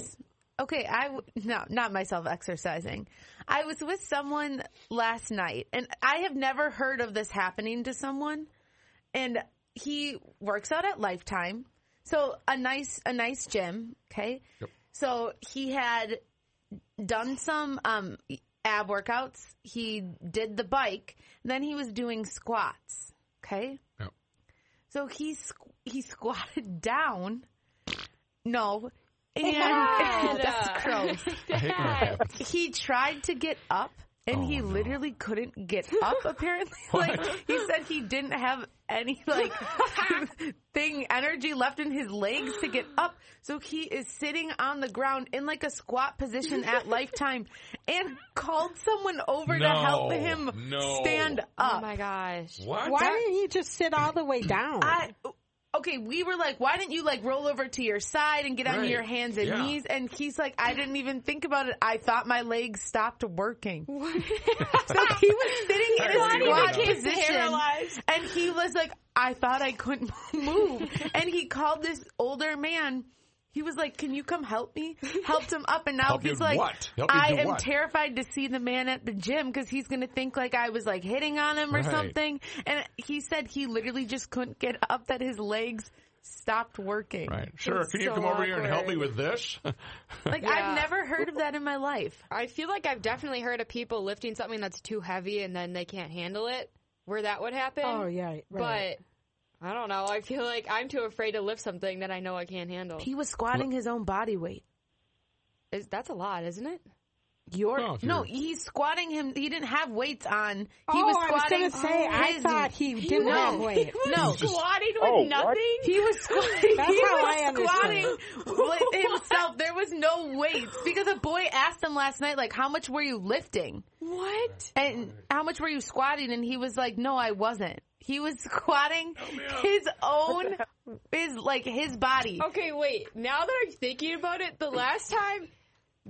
S4: Okay, I w- no, not myself exercising. I was with someone last night, and I have never heard of this happening to someone. And he works out at Lifetime, so a nice a nice gym. Okay,
S1: Yep.
S4: so he had done some um, ab workouts. He did the bike, then he was doing squats. Okay,
S1: Yep.
S4: so he squ- he squatted down. No. And that's gross.
S1: I hate when that happens.
S4: He tried to get up and
S1: Oh,
S4: he literally couldn't get up apparently. like he said he didn't have any like thing energy left in his legs to get up. So he is sitting on the ground in like a squat position at lifetime and called someone over to
S1: No,
S4: help him
S1: no.
S4: stand
S5: Oh
S4: up.
S5: my gosh.
S1: What?
S3: Why didn't you just sit all the way down?
S4: I okay, we were like, why didn't you like roll over to your side and get on
S1: Right.
S4: your hands and
S1: Yeah.
S4: knees? And he's like, I didn't even think about it. I thought my legs stopped working. so he was sitting in
S1: Why
S4: a
S1: do you
S4: squat
S1: think he's
S4: position,
S5: paralyzed?
S4: and he was like, I thought I couldn't move, and he called this older man. He was like, "Can you come help me?" Helped him up, and now
S1: Help you
S4: he's like,
S1: what? Help you
S4: "I
S1: do
S4: am
S1: what?"
S4: terrified to see the man at the gym because he's going to think like I was like hitting on him or
S1: Right.
S4: something." And he said he literally just couldn't get up; that his legs stopped working.
S1: Right. Sure.
S4: It's
S1: Can you
S4: so
S1: come over here and help me
S4: awkward.
S1: with this?
S4: Like
S5: Yeah.
S4: I've never heard of that in my life.
S5: I feel like I've definitely heard of people lifting something that's too heavy and then they can't handle it, where that would happen.
S3: oh yeah, right.
S5: But I don't know. I feel like I'm too afraid to lift something that I know I can't handle.
S4: He was squatting his own body weight.
S5: Is, that's a lot, isn't it?
S4: Your
S1: No,
S4: no,
S1: if you're-
S4: he's squatting him. He didn't have weights on. He
S3: oh,
S4: was
S3: I was
S4: squatting.
S3: gonna say. I
S4: his-
S3: thought he didn't
S4: no,
S3: have weight.
S4: No,
S5: Squatting with
S2: Oh, what?
S5: nothing?
S4: he was squatting.
S3: That's
S4: he
S3: how
S4: was
S3: I understand.
S4: squatting with himself. There was no weights because a boy asked him last night, like, "How much were you lifting?"
S5: What?
S4: And how much were you squatting? And he was like, no, I wasn't. He was squatting his own, his, like his body.
S5: Okay, wait. Now that I'm thinking about it, the last time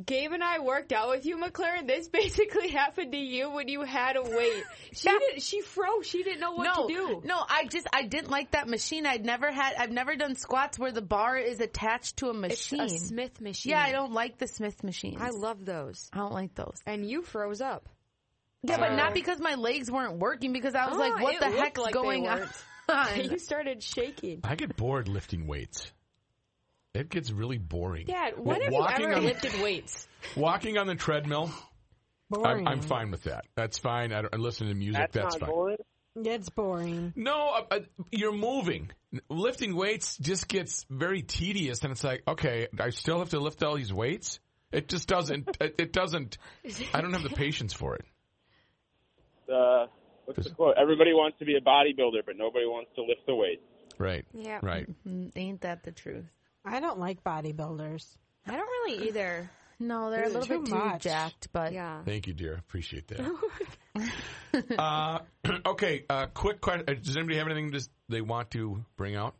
S5: Gabe and I worked out with you, McLaren, this basically happened to you when you had a weight. She did, she froze. She didn't know what
S4: no,
S5: to do.
S4: no, I just, I didn't like that machine. I'd never had, I've never done squats where the bar is attached to a
S5: It's
S4: machine.
S5: a Smith machine.
S4: yeah, I don't like the Smith machines.
S5: I love those.
S4: I don't like those.
S5: And you froze up.
S4: Yeah, but not because my legs weren't working. Because I was
S5: Oh,
S4: like, "What
S5: it
S4: the
S5: looked
S4: heck's
S5: like they
S4: going on?"
S5: weren't. You started shaking.
S1: I get bored lifting weights. It gets really boring.
S5: Dad, when have you
S1: walking
S5: ever
S1: on,
S5: lifted weights?
S1: Walking on the treadmill,
S3: Boring.
S1: I'm, I'm fine with that. That's fine. I, don't, I listen to music. That's, fine.
S2: boring.
S3: it's boring.
S1: No, uh, uh, you're moving. Lifting weights just gets very tedious, and it's like, okay, I still have to lift all these weights. It just doesn't. It, it doesn't. I don't have the patience for it.
S2: Uh, what's the quote? Everybody wants to be a bodybuilder, but nobody wants to lift the weight.
S1: Right.
S5: Yeah.
S4: Mm-hmm.
S1: Right.
S4: Mm, Ain't that the truth?
S3: I don't like bodybuilders.
S6: I don't really either.
S4: No, they're a little
S3: too
S4: bit
S3: much.
S4: too jacked, but
S6: Yeah.
S1: Thank you, dear. Appreciate that. uh, okay, uh, quick question. Does anybody have anything just they want to bring out?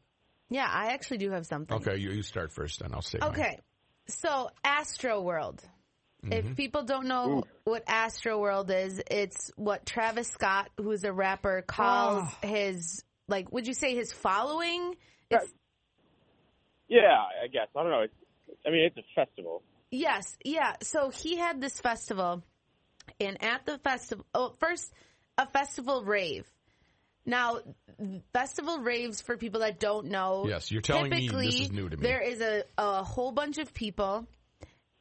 S4: yeah, I actually do have something.
S1: Okay, you, you start first, and I'll say.
S4: Okay. So Astro World. If people don't know what Astro World is, it's what Travis Scott, who's a rapper, calls his like would you say his following? It's,
S2: Yeah, I guess. I don't know. It's, I mean, it's a festival.
S4: yes, yeah. So he had this festival and at the festival oh, first a festival rave. Now, festival raves for people that don't know.
S1: Yes, you're telling me this
S4: typically,
S1: is new to me.
S4: There is a, a whole bunch of people,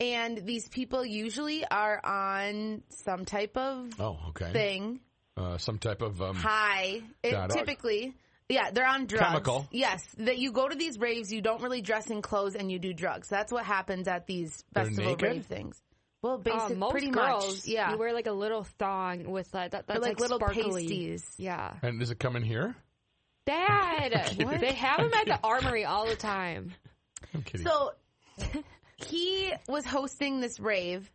S4: and these people usually are on some type of
S1: Oh, okay.
S4: thing
S1: Uh, some type of um,
S4: high. It
S1: Dot org.
S4: typically, yeah, they're on drugs.
S1: Chemical.
S4: Yes, that you go to these raves, you don't really dress in clothes, and you do drugs. That's what happens at these
S1: They're
S4: festival
S1: naked?
S4: rave things. Well,
S6: Uh,
S4: basic,
S6: most
S4: pretty
S6: girls,
S4: much, yeah.
S6: You wear like a little thong with
S5: uh,
S6: like that. That's
S4: like, little
S6: sparkly.
S4: pasties.
S6: Yeah.
S1: and does it come in here?
S6: Dad, they have them at the armory all the time.
S1: I'm kidding.
S4: So he was hosting this rave,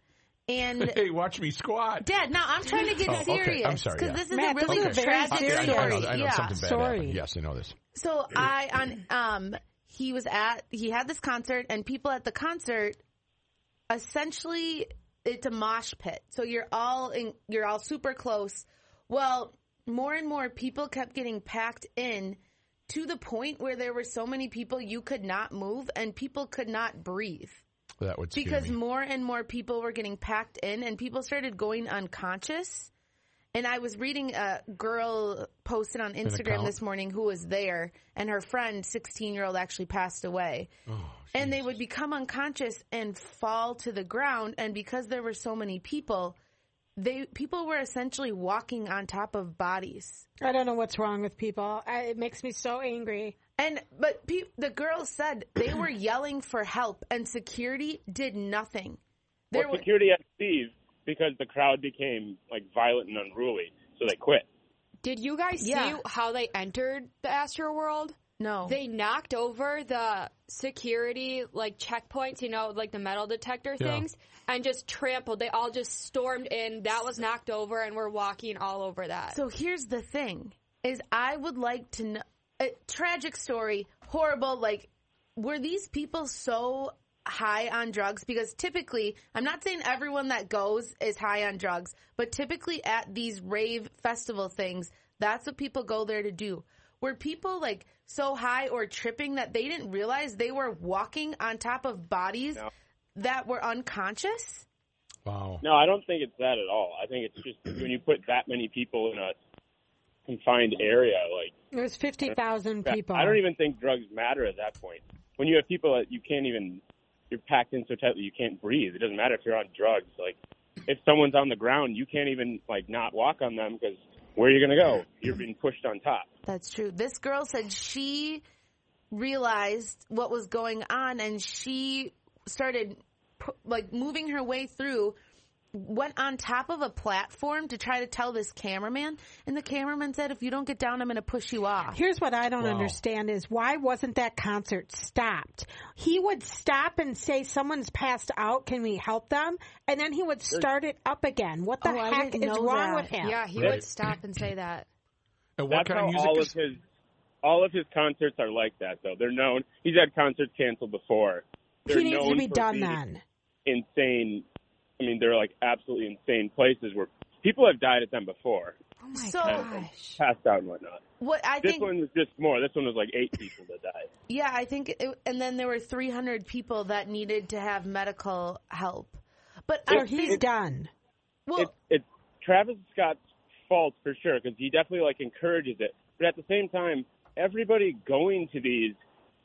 S4: and
S1: hey, watch me squat.
S4: Dad, now I'm trying to get
S1: Oh, okay. I'm
S4: serious.
S1: sorry,
S4: Because
S1: yeah.
S4: this is
S3: Matt,
S4: a
S3: this
S4: really
S3: is a very
S4: tragic
S1: I, I
S3: serious
S4: story.
S1: know, I know, I know
S4: yeah.
S1: something bad
S3: Sorry.
S1: happened. Yes, I know this.
S4: So I on um he was at he had this concert and people at the concert essentially it's a mosh pit. So you're all in you're all super close. Well, more and more people kept getting packed in to the point where there were so many people you could not move and people could not breathe
S1: That would scare
S4: because
S1: me.
S4: more and more people were getting packed in and people started going unconscious and i was reading a girl posted on instagram
S1: account?
S4: this morning who was there and her friend 16 year old actually passed away
S1: Oh,
S4: and they would become unconscious and fall to the ground and because there were so many people they people were essentially walking on top of bodies
S3: I don't know what's wrong with people. I, it makes me so angry.
S4: And but pe- the girls said they were yelling for help, and security did nothing. There
S2: Well, security had to leave because the crowd became like violent and unruly, so they quit.
S5: Did you guys
S4: Yeah. Oh.
S5: see how they entered the Astro World?
S4: no
S5: They knocked over the security like checkpoints, you know, like the metal detector
S1: Yeah.
S5: things, and just trampled. They all just stormed in. That was knocked over, and we're walking all over that.
S4: So here's the thing: is I would like to know. A tragic story, horrible. Like, were these people so high on drugs? Because typically, I'm not saying everyone that goes is high on drugs, but typically at these rave festival things, that's what people go there to do. Were people like so high or tripping that they didn't realize they were walking on top of bodies that were unconscious?
S1: Wow.
S2: No, I don't think it's that at all. I think it's just when you put that many people in a confined area, like
S3: It was 50,000
S2: that-
S3: people.
S2: I don't e- even think drugs matter at that point. When you have people that you can't even, you're packed in so tightly you can't breathe. It doesn't matter if you're on drugs. Like if someone's on the ground, you can't even like not walk on them because where are you gonna go? You're being pushed on top.
S4: That's true. This girl said she realized what was going on and she started pu- like moving her way through went on top of a platform to try to tell this cameraman and the cameraman said if you don't get down I'm going to push you off.
S3: Here's what I don't understand is why wasn't that concert stopped? He would stop and say, someone's passed out. Can we help them? And then he would start it up again. What the
S4: Oh, I
S3: heck
S4: didn't
S3: is
S4: know
S3: wrong
S4: that.
S3: with him?
S6: Yeah, he
S2: Right.
S6: would stop and say that.
S1: And what
S2: That's
S1: kind of
S2: how
S1: music?
S2: all
S1: is-
S2: of his all of his concerts are like that though. They're known. He's had concerts canceled before. They're
S3: he needs to
S2: known
S3: be
S2: for
S3: done
S2: being
S3: then.
S2: Insane. I mean, they're like absolutely insane places where people have died at them before,
S4: so
S2: passed out and whatnot.
S4: what I
S2: This
S4: think
S2: one was just more. This one was like eight people that died.
S4: yeah, I think it, and then there were 300 people that needed to have medical help. But I
S3: So he's
S4: think-
S3: done. Oh.
S4: well,
S2: it's it's Travis Scott's fault for sure because he definitely like encourages it. But at the same time, everybody going to these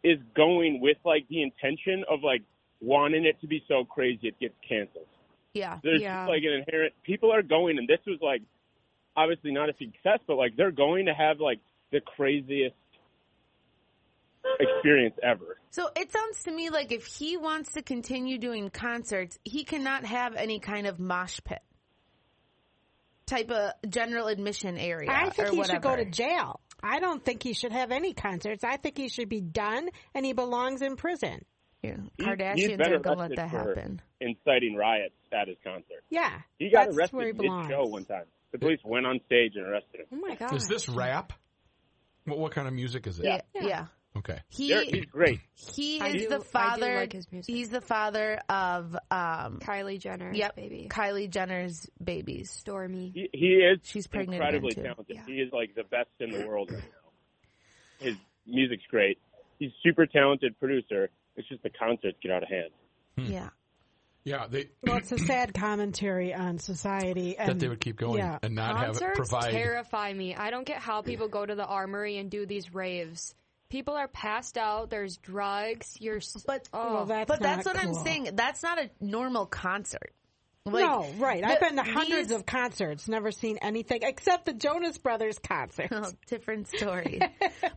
S2: is going with like the intention of like wanting it to be so crazy it gets canceled.
S4: yeah.
S2: There's
S6: Yeah.
S2: just, like an inherent people are going, and this was like obviously not a success, but like they're going to have like the craziest experience ever.
S4: So it sounds to me like if he wants to continue doing concerts, he cannot have any kind of mosh pit type of general admission area.
S3: I think
S4: or
S3: he should go
S4: whatever.
S3: to jail. I don't think he should have any concerts. I think he should be done and he belongs in prison.
S4: you.
S2: He's- he's
S4: Kardashians
S2: been
S4: aren't gonna let
S2: arrested
S4: that
S2: for
S4: happen.
S2: Inciting riots at his concert.
S3: Yeah.
S2: He got
S3: that's where he
S2: arrested
S3: belongs.
S2: mid show one time. The police went on stage and arrested him.
S6: Oh my god.
S1: Is this rap? What, what kind of music is it?
S4: Yeah. yeah.
S1: Okay.
S2: They're-
S4: He
S2: he's great.
S4: he
S6: I
S4: is
S6: do- I
S4: the
S6: do
S4: father.
S6: like his music.
S4: He's the father of um
S6: Kylie Jenner.
S4: yep
S6: baby.
S4: Kylie Jenner's babies.
S6: Stormy.
S2: He, he is
S4: She's pregnant again,
S2: incredibly
S4: too.
S2: talented.
S6: Yeah.
S2: He is like the best in the world right now. His music's great. He's super talented producer. It's just the concerts get out of hand.
S4: Yeah.
S1: Yeah, they
S3: Well, it's a sad commentary on society. And
S1: that they would keep going
S3: Yeah.
S1: and not have it
S6: Concerts
S1: provide.
S6: terrify me. I don't get how people go to the armory and do these raves. People are passed out. There's drugs. You're s-
S4: But-
S6: oh,
S3: Well, that's
S4: But that's
S3: not
S4: what I'm
S3: cool.
S4: saying. That's not a normal concert. Like,
S3: no, right. I've
S4: the-
S3: been to hundreds
S4: these-
S3: of concerts, never seen anything except the Jonas Brothers concert.
S4: Oh, different story.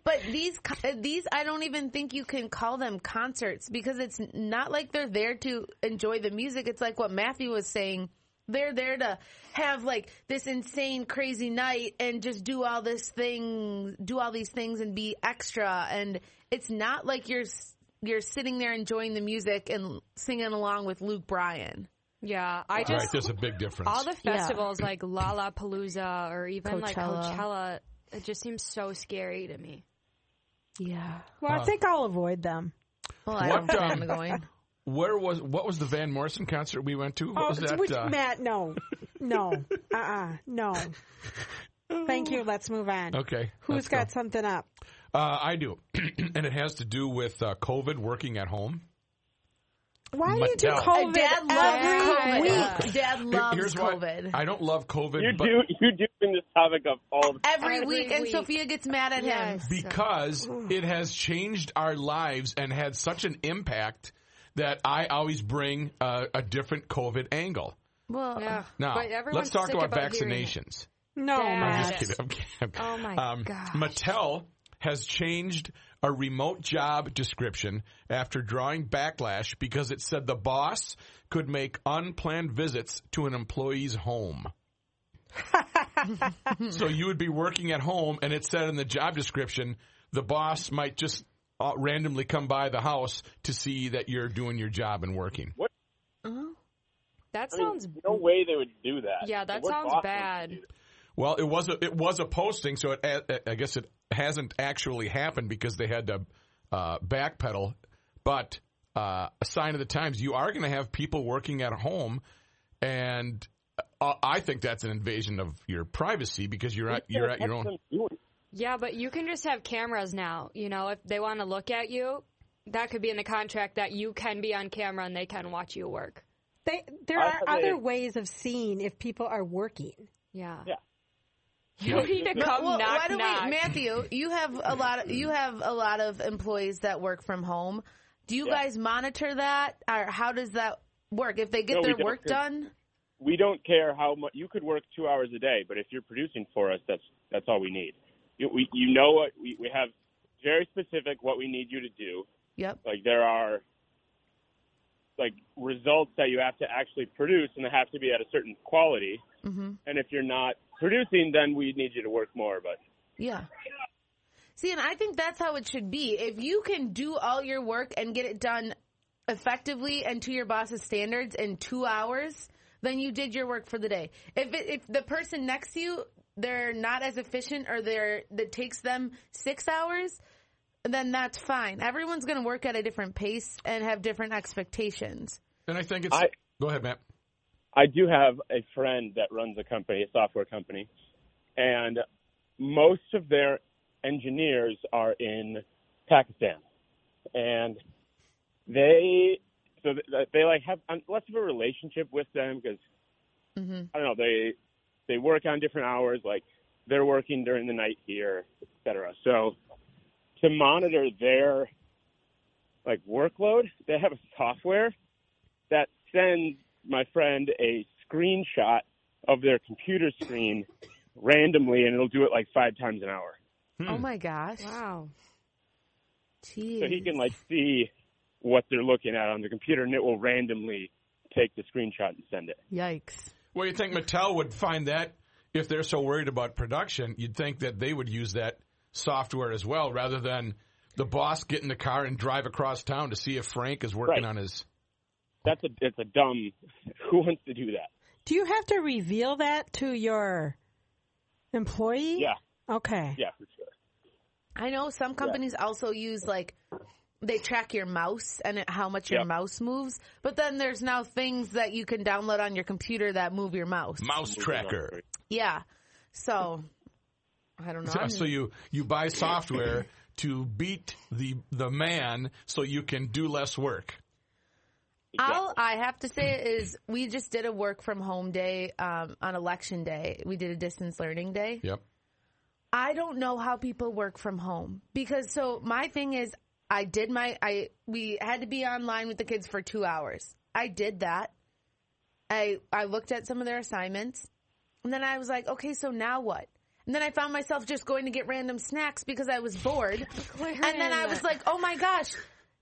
S4: but these co- these I don't even think you can call them concerts because it's not like they're there to enjoy the music. It's like what Matthew was saying. They're there to have like this insane crazy night and just do all this thing, do all these things and be extra and it's not like you're s- you're sitting there enjoying the music and singing along with Luke Bryan.
S6: yeah. I
S1: Right,
S6: just
S1: there's a big difference.
S6: all the festivals like Lollapalooza or even like
S4: Coachella.
S6: Coachella. It just seems so scary to me.
S4: Yeah.
S3: Well, I think I'll avoid them.
S4: Well, I
S1: What,
S4: don't think I'm
S1: um,
S4: going.
S1: Where was what was the Van Morrison concert we went to? What was that?
S3: Oh, which,
S1: uh,
S3: Matt, no, no, uh, uh no. Thank you. Let's move on.
S1: Okay,
S3: Who's
S1: let's go.
S3: got something up?
S1: Uh, I do, and it has to do with uh, COVID working at home.
S3: Why do you do
S1: Mattel.
S3: COVID
S4: Dad loves
S3: every
S4: COVID.
S3: week?
S4: Dad loves
S1: Here's why
S4: COVID.
S1: I don't love COVID,
S2: You
S1: but
S2: do you do bring this topic up all the time.
S4: every,
S6: Every
S4: week, and
S6: week.
S4: Sophia gets mad at him.
S1: because it has changed our lives and had such an impact that I always bring uh, a different COVID angle.
S4: Well,
S6: Yeah.
S1: Now,
S6: But everyone's
S1: let's talk
S6: sick
S1: about,
S6: hearing it.
S1: vaccinations.
S3: No,
S6: Dad.
S3: Matt.
S1: I'm just kidding. I'm kidding. I'm kidding.
S6: Oh my
S1: um,
S6: gosh.
S1: Mattel has changed a remote job description after drawing backlash because it said the boss could make unplanned visits to an employee's home. so you would be working at home, and it said in the job description the boss might just uh, randomly come by the house to see that you're doing your job and working.
S6: That
S2: I mean,
S6: sounds
S2: no way they would do that.
S6: Yeah, that
S2: What
S6: sounds
S2: boss would
S6: bad.
S2: do that?
S1: Well, it was a, it was a posting, so it, a- I guess it hasn't actually happened because they had to uh, backpedal. But uh, a sign of the times, you are going to have people working at home, and uh, I think that's an invasion of your privacy because you're at you're at your
S2: That's
S1: own.
S2: what I'm doing.
S6: Yeah, but you can just have cameras now. You know, if they want to look at you, that could be in the contract that you can be on camera and they can watch you work.
S3: They, there
S2: I
S3: are
S2: have a-
S3: other ways of seeing if people are working.
S6: Yeah.
S2: Yeah.
S6: You need to come
S4: well,
S6: knock
S4: why don't
S6: knock.
S4: we, Matthew? You have a lot. Of, you have a lot of employees that work from home. Do you guys monitor that, or how does that work? If they get
S2: No, we
S4: their
S2: don't,
S4: work
S2: 'cause-
S4: done,
S2: We don't care how much you could work two hours a day, but if you're producing for us, that's that's all we need. You, we, you know what we, we have very specific what we need you to do.
S4: yep.
S2: like there are like results that you have to actually produce and they have to be at a certain quality
S6: Mm-hmm.
S2: and if you're not producing then we need you to work more but
S4: Yeah. See, and I think that's how it should be. If you can do all your work and get it done effectively and to your boss's standards in two hours, then you did your work for the day. If it, if the person next to you they're not as efficient or they're that takes them six hours, then that's fine. Everyone's going to work at a different pace and have different expectations.
S1: And I think it's.
S2: I-
S1: go ahead, Matt.
S2: i do have a friend that runs a company a software company and most of their engineers are in pakistan and they so th- they like have um, less of a relationship with them because I don't know they they work on different hours like they're working during the night here etc. So to monitor their like workload, they have a software that sends my friend a screenshot of their computer screen randomly, and it'll do it like five times an hour.
S4: Oh my gosh.
S6: Wow.
S4: Jeez.
S2: Hmm. so he can like see what they're looking at on the computer, and it will randomly take the screenshot and send it.
S4: Yikes.
S1: Well, you think Mattel would find that if they're so worried about production, you'd think that they would use that software as well rather than the boss get in the car and drive across town to see if Frank is working
S2: Right.
S1: on his.
S2: That's a it's a dumb. Who wants to do that?
S3: Do you have to reveal that to your employee?
S2: Yeah,
S3: Okay.
S2: yeah, for sure.
S4: I know some companies also use like they track your mouse and it- how much your
S2: Yep.
S4: mouse moves, but then there's now things that you can download on your computer that move your mouse.
S1: Mouse tracker.
S4: yeah. So I don't know.
S1: So-
S4: I'm-
S1: So you you buy software to beat the the man so you can do less work.
S4: All I have to say is we just did a work from home day um, on election day. We did a distance learning day.
S1: Yep.
S4: I don't know how people work from home because so my thing is I did my I we had to be online with the kids for 2 hours. I did that. I I looked at some of their assignments and then I was like, "Okay, so now what?" And then I found myself just going to get random snacks because I was bored. and then I was like, "Oh my gosh,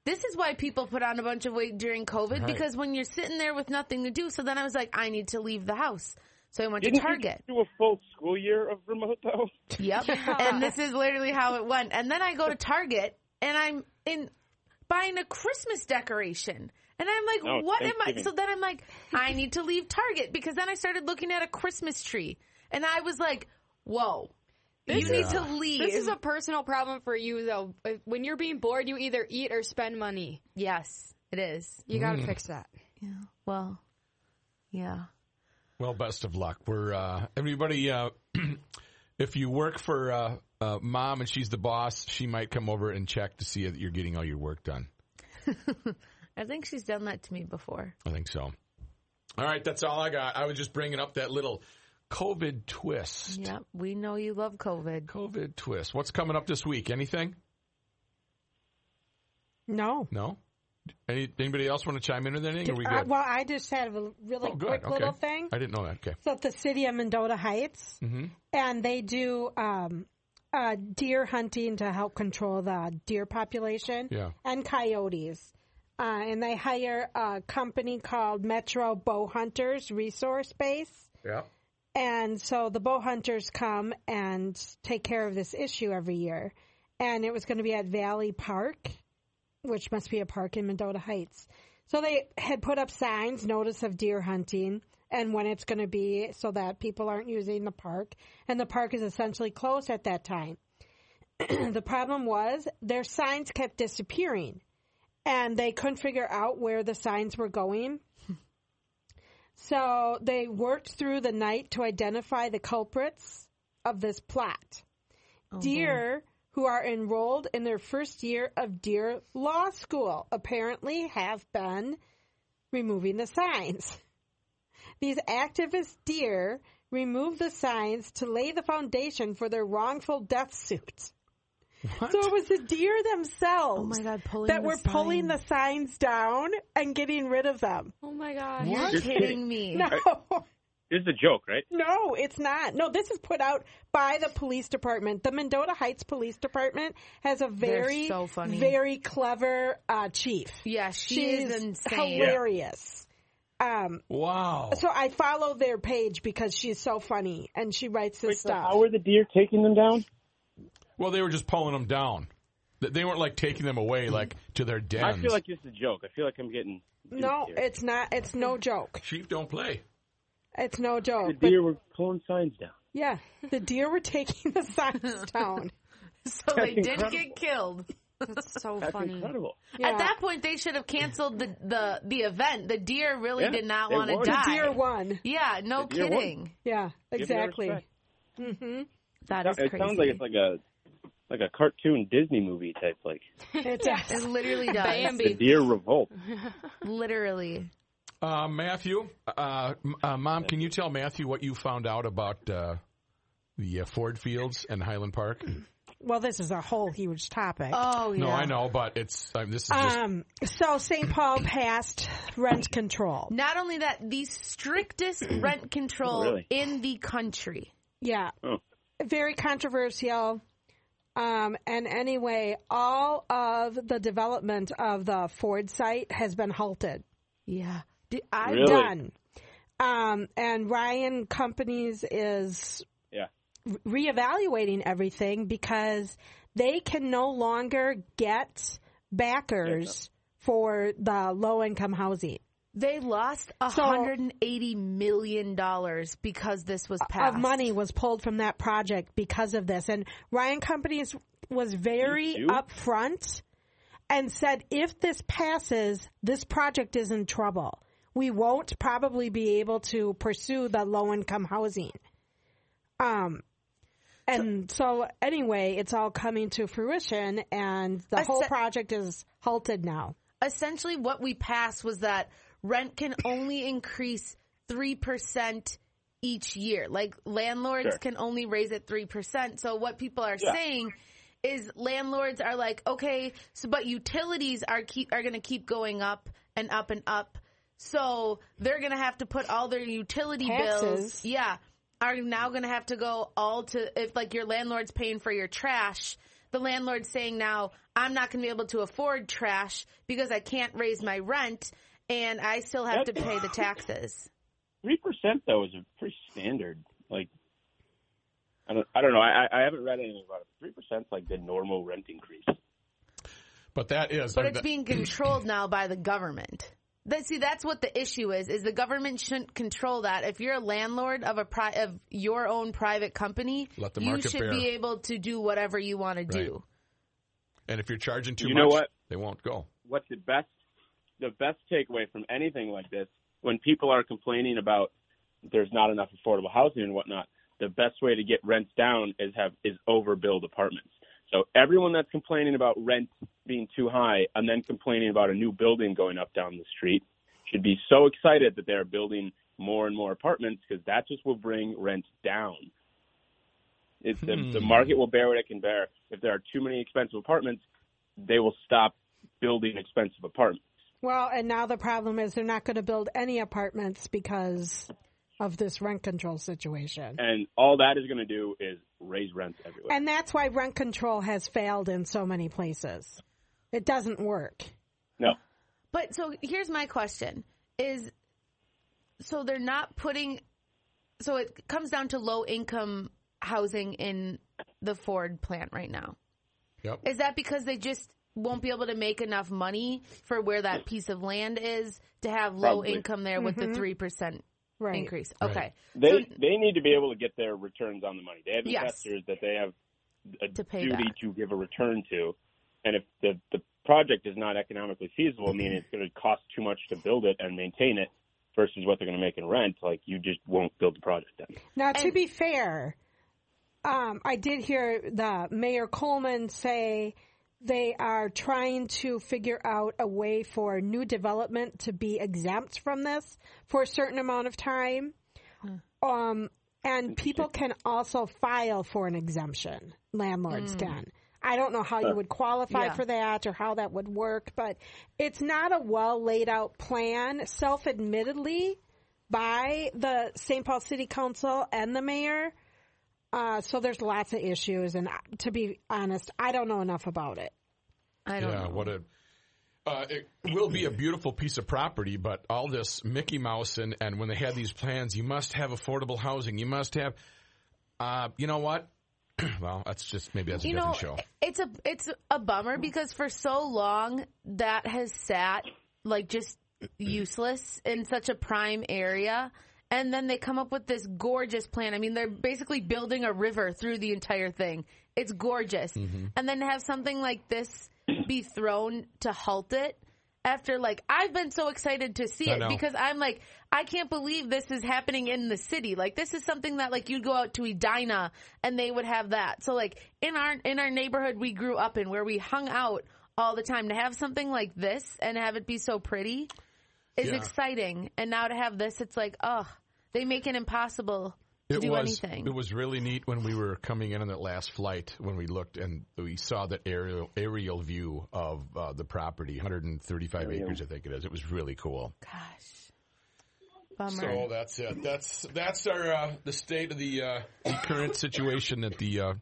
S4: this is why people put on a bunch of weight during COVID because when you're sitting there with nothing to do." So then I was like, "I need to leave the house." So I went
S2: Didn't
S4: to Target.
S2: you do a full school year of remote though?
S4: Yep. And this is literally how it went. And then I go to Target and I'm in buying a Christmas decoration. And I'm like,
S2: No, Oh, it's
S4: what am I?
S2: Thanksgiving.
S4: So then I'm like, I need to leave Target because then I started looking at a Christmas tree and I was like, whoa, you need to leave.
S6: This is
S4: a
S6: a personal problem for you, though. If- When you're being bored, you either eat or spend money.
S4: yes, it is.
S6: You got to fix that.
S4: Well, yeah.
S1: Well, best of luck. We're uh, everybody. Uh, if you work for uh, uh, mom and she's the boss, she might come over and check to see that you're getting all your work done.
S4: I think she's done that to me before.
S1: I think so. All right, that's all I got. I was just bringing up that little COVID twist.
S4: Yep. We know you love COVID.
S1: COVID twist. What's coming up this week? Anything?
S3: No.
S1: No. Any, anybody else want to chime in with anything? Are we
S3: Uh,
S1: good?
S3: well, I just had a really
S1: oh, good.
S3: quick
S1: okay.
S3: little thing.
S1: I Mm-hmm. didn't know that. Okay.
S3: So at the city of Mendota Heights, and they do um, uh, deer hunting to help control the deer population
S1: Yeah.
S3: and coyotes. Uh, and they hire a company called Metro Bow Hunters Resource Base.
S1: Yeah.
S3: And so the bow hunters come and take care of this issue every year. And it was going to be at Valley Park, which must be a park in Mendota Heights. So they had put up signs, notice of deer hunting, and when it's going to be so that people aren't using the park. And the park is essentially closed at that time. the problem was their signs kept disappearing and they couldn't figure out where the signs were going. So they worked through the night to identify the culprits of this plot.
S4: Oh,
S3: deer who are enrolled in their first year of deer law school apparently have been removing the signs. These activist deer removed the signs to lay the foundation for their wrongful death suit. So it was the deer themselves
S4: Oh my God, pulling
S3: that
S4: the
S3: were pulling the
S4: signs.
S3: signs down and getting rid of them.
S6: Oh my god!
S4: You're
S2: You're kidding.
S4: kidding me.
S3: No.
S2: This is a joke, right?
S3: No, it's not. No, this is put out by the police department. The Mendota Heights Police Department has a very,
S4: so funny.
S3: very clever uh, chief.
S4: Yeah, she
S3: She's
S4: is insane.
S3: hilarious. Um,
S1: Wow.
S3: so I follow their page because she's so funny and she writes this
S2: So
S3: stuff.
S2: how are the deer taking them down?
S1: Well, they were just pulling them down. Th- They weren't like taking them away like to their dens.
S2: I feel like this is a joke. I feel like I'm getting duped
S3: no,
S2: here.
S3: it's not. It's no joke.
S1: sheep don't play.
S3: It's no joke.
S2: the
S3: But
S2: deer were pulling signs down.
S3: yeah, the deer were taking the signs down.
S4: So they did
S2: incredible.
S4: get killed.
S6: That's so
S2: That's
S6: funny.
S2: incredible.
S4: At
S3: Yeah.
S4: that point, they should have canceled the the, the event. The deer really
S2: Yeah,
S4: did not
S2: they
S4: want to
S2: won.
S4: die.
S3: Deer won.
S4: yeah, no
S2: The deer won.
S4: kidding.
S3: Yeah,
S2: Give them
S3: exactly.
S2: respect.
S4: That is
S2: It
S4: crazy.
S2: sounds like it's like a like a cartoon Disney movie type like
S3: It's
S4: it literally does.
S2: the
S6: Bambi.
S2: deer revolt.
S4: Literally.
S1: Uh, Matthew, uh, m- uh, Mom, can you tell Matthew what you found out about uh, the uh, Ford Fields and Highland Park?
S3: well, this is a whole huge topic.
S4: Oh yeah.
S1: No, I know, but it's um, this is just
S3: Um, so St. Paul passed rent control.
S4: Not only that, the strictest rent control
S2: Really?
S4: in the country.
S3: Yeah.
S2: Oh.
S3: Very controversial. Um, and anyway, all of the development of the Ford site has been halted.
S4: Yeah. Did I
S2: Really?
S3: Done. Um, and Ryan Companies is
S2: Yeah.
S3: reevaluating everything because they can no longer get backers for the low income housing
S4: They lost hundred and eighty million dollars because this was passed.
S3: of money was pulled from that project because of this. And Ryan Companies was very
S2: Thank you.
S3: upfront and said, if this passes, this project is in trouble. We won't probably be able to pursue the low income housing. Um, and so, anyway, it's all coming to fruition, and the whole
S4: se-
S3: project is halted now.
S4: essentially what we passed was that rent can only increase 3% each year. Like landlords
S2: Sure.
S4: can only raise it 3%. So what people are saying is landlords are like, okay, so but utilities are keep are going to keep going up and up and up. So they're going to have to put all their utility bills.
S3: Taxes.
S4: Yeah. Are now going to have to go all to, if like your landlord's paying for your trash, the landlord's saying now, I'm not going to be able to afford trash because I can't raise my rent and I still have to
S2: Yep.
S4: pay the taxes.
S2: Three percent though is a pretty standard. Like, I don't, I don't know. I, I I haven't read anything about it. Three percent's like the normal rent increase.
S1: But that is.
S4: But
S1: I mean,
S4: it's
S1: that-
S4: being controlled now by the government. That, see, that's what the issue is, is the government shouldn't control that. If you're a landlord of a pri- of your own private company,
S1: Let the
S4: you
S1: market
S4: should
S1: bear.
S4: be able to do whatever you want to do.
S1: and if you're charging too
S2: You
S1: much,
S2: know what?
S1: they won't go.
S2: What's the best? The best takeaway from anything like this, when people are complaining about there's not enough affordable housing and whatnot, the best way to get rents down is have is overbuild apartments. So everyone that's complaining about rent being too high and then complaining about a new building going up down the street should be so excited that they're building more and more apartments because that just will bring rents down. It's the, the
S1: Hmm.
S2: market will bear what it can bear. If there are too many expensive apartments, they will stop building expensive apartments.
S3: Well, and now the problem is they're not going to build any apartments because of this rent control situation.
S2: And all that is going to do is raise rents everywhere.
S3: And that's why rent control has failed in so many places. It doesn't work.
S2: no.
S4: But so here's my question is so they're not putting so it comes down to low income housing in the Ford plant right now.
S1: Yep.
S4: Is that because they just won't be able to make enough money for where that piece of land is to have low
S2: Probably.
S4: income there with the 3%
S3: Right.
S4: increase?
S1: Right.
S4: Okay.
S2: They
S4: So-
S2: they need to be able to get their returns on the money. They have
S4: Yes.
S2: investors that they have a
S4: To pay
S2: duty
S4: back.
S2: to give a return to, and if the the project is not economically feasible, meaning it's going to cost too much to build it and maintain it versus what they're going to make in rent, like you just won't build the project then.
S3: Now, to be fair, um, I did hear the Mayor Coleman say they are trying to figure out a way for new development to be exempt from this for a certain amount of time. Um, and people can also file for an exemption. Landlords can. I don't know how you would qualify
S4: Yeah.
S3: for that or how that would work, but it's not a well laid out plan. Self admittedly, by the St. Paul City Council and the mayor. Uh, so there's lots of issues, and I- to be honest, I don't know enough about it.
S4: I don't
S1: Yeah.
S4: know.
S1: What a. Uh, it will be a beautiful piece of property, but all this Mickey Mouse and, and when they had these plans, you must have affordable housing. You must have. Uh, you know what? well, that's just maybe that's a
S4: you know, eh,
S1: different show.
S4: it's a it's a bummer because for so long that has sat like just useless in such a prime area, and then they come up with this gorgeous plan. I mean, they're basically building a river through the entire thing. It's gorgeous,
S1: Mm-hmm.
S4: and then to have something like this be thrown to halt it. After like I've been so excited to see
S1: I
S4: it
S1: know.
S4: because I'm like I can't believe this is happening in the city. Like this is something that like you'd go out to Edina and they would have that. So like in our in our neighborhood we grew up in where we hung out all the time to have something like this and have it be so pretty is
S1: Yeah.
S4: exciting. And now to have this it's like oh they make it impossible to
S1: It
S4: do
S1: was,
S4: anything.
S1: It was really neat when we were coming in on that last flight when we looked and we saw that aerial aerial view of uh, the property, 135 acres, I think it is. It was really cool.
S4: Bummer.
S1: So that's it. That's that's our uh, the state of the, uh, the current situation at the uh,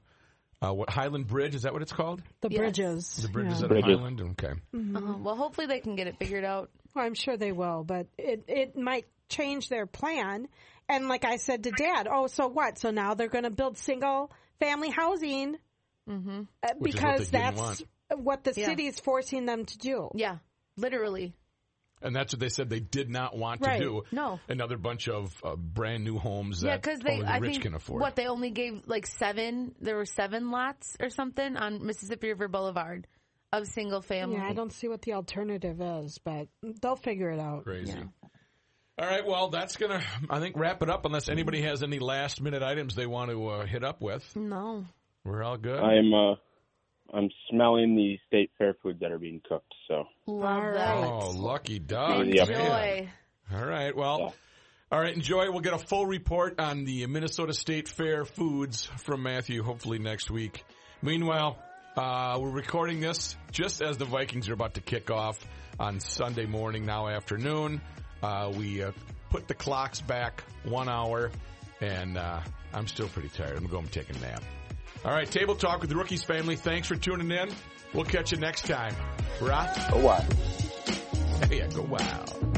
S1: uh, what Highland Bridge is that what it's called?
S3: The
S4: Yes.
S3: bridges,
S1: The bridge is
S3: Yeah.
S1: at
S2: Bridges.
S1: Highland. Okay.
S4: Uh, well hopefully they can get it figured out.
S3: Well, I'm sure they will, but it it might change their plan. And like I said to Dad, oh, so what? So now they're going to build single family housing
S1: Which
S3: Uh,
S1: is what they
S3: because
S1: didn't
S3: that's what the
S4: Mm-hmm. Yeah.
S3: city is forcing them to do.
S4: Yeah, literally.
S1: And that's what they said they did not want
S3: Right.
S1: to do.
S4: No.
S1: Another bunch of uh, brand new homes
S4: Yeah,
S1: that
S4: because they,
S1: only the
S4: I
S1: rich
S4: think,
S1: can afford.
S4: what they only gave like seven. There were seven lots or something on Mississippi River Boulevard of single family.
S3: Yeah, I don't see what the alternative is, but they'll figure it out.
S1: Crazy. All right, well, that's going to, I think, wrap it up unless anybody has any last minute items they want to uh, hit up with.
S4: No.
S1: We're all good.
S2: I'm uh, I'm smelling the state fair foods that are being cooked. So
S4: Love
S3: All
S4: that.
S3: right.
S1: Oh, lucky dog.
S2: Yep.
S1: man.
S4: Joy.
S1: All right, well, all right, enjoy. We'll get a full report on the Minnesota State Fair foods from Matthew hopefully next week. Meanwhile, uh, we're recording this just as the Vikings are about to kick off on Sunday morning, now afternoon. Uh, we uh, put the clocks back one hour, and uh, I'm still pretty tired. I'm going to go home and take a nap. All right, Table Talk with the Rookies family. Thanks for tuning in. We'll catch you next time. Roth?
S2: oh wow.
S1: Yeah, go wow.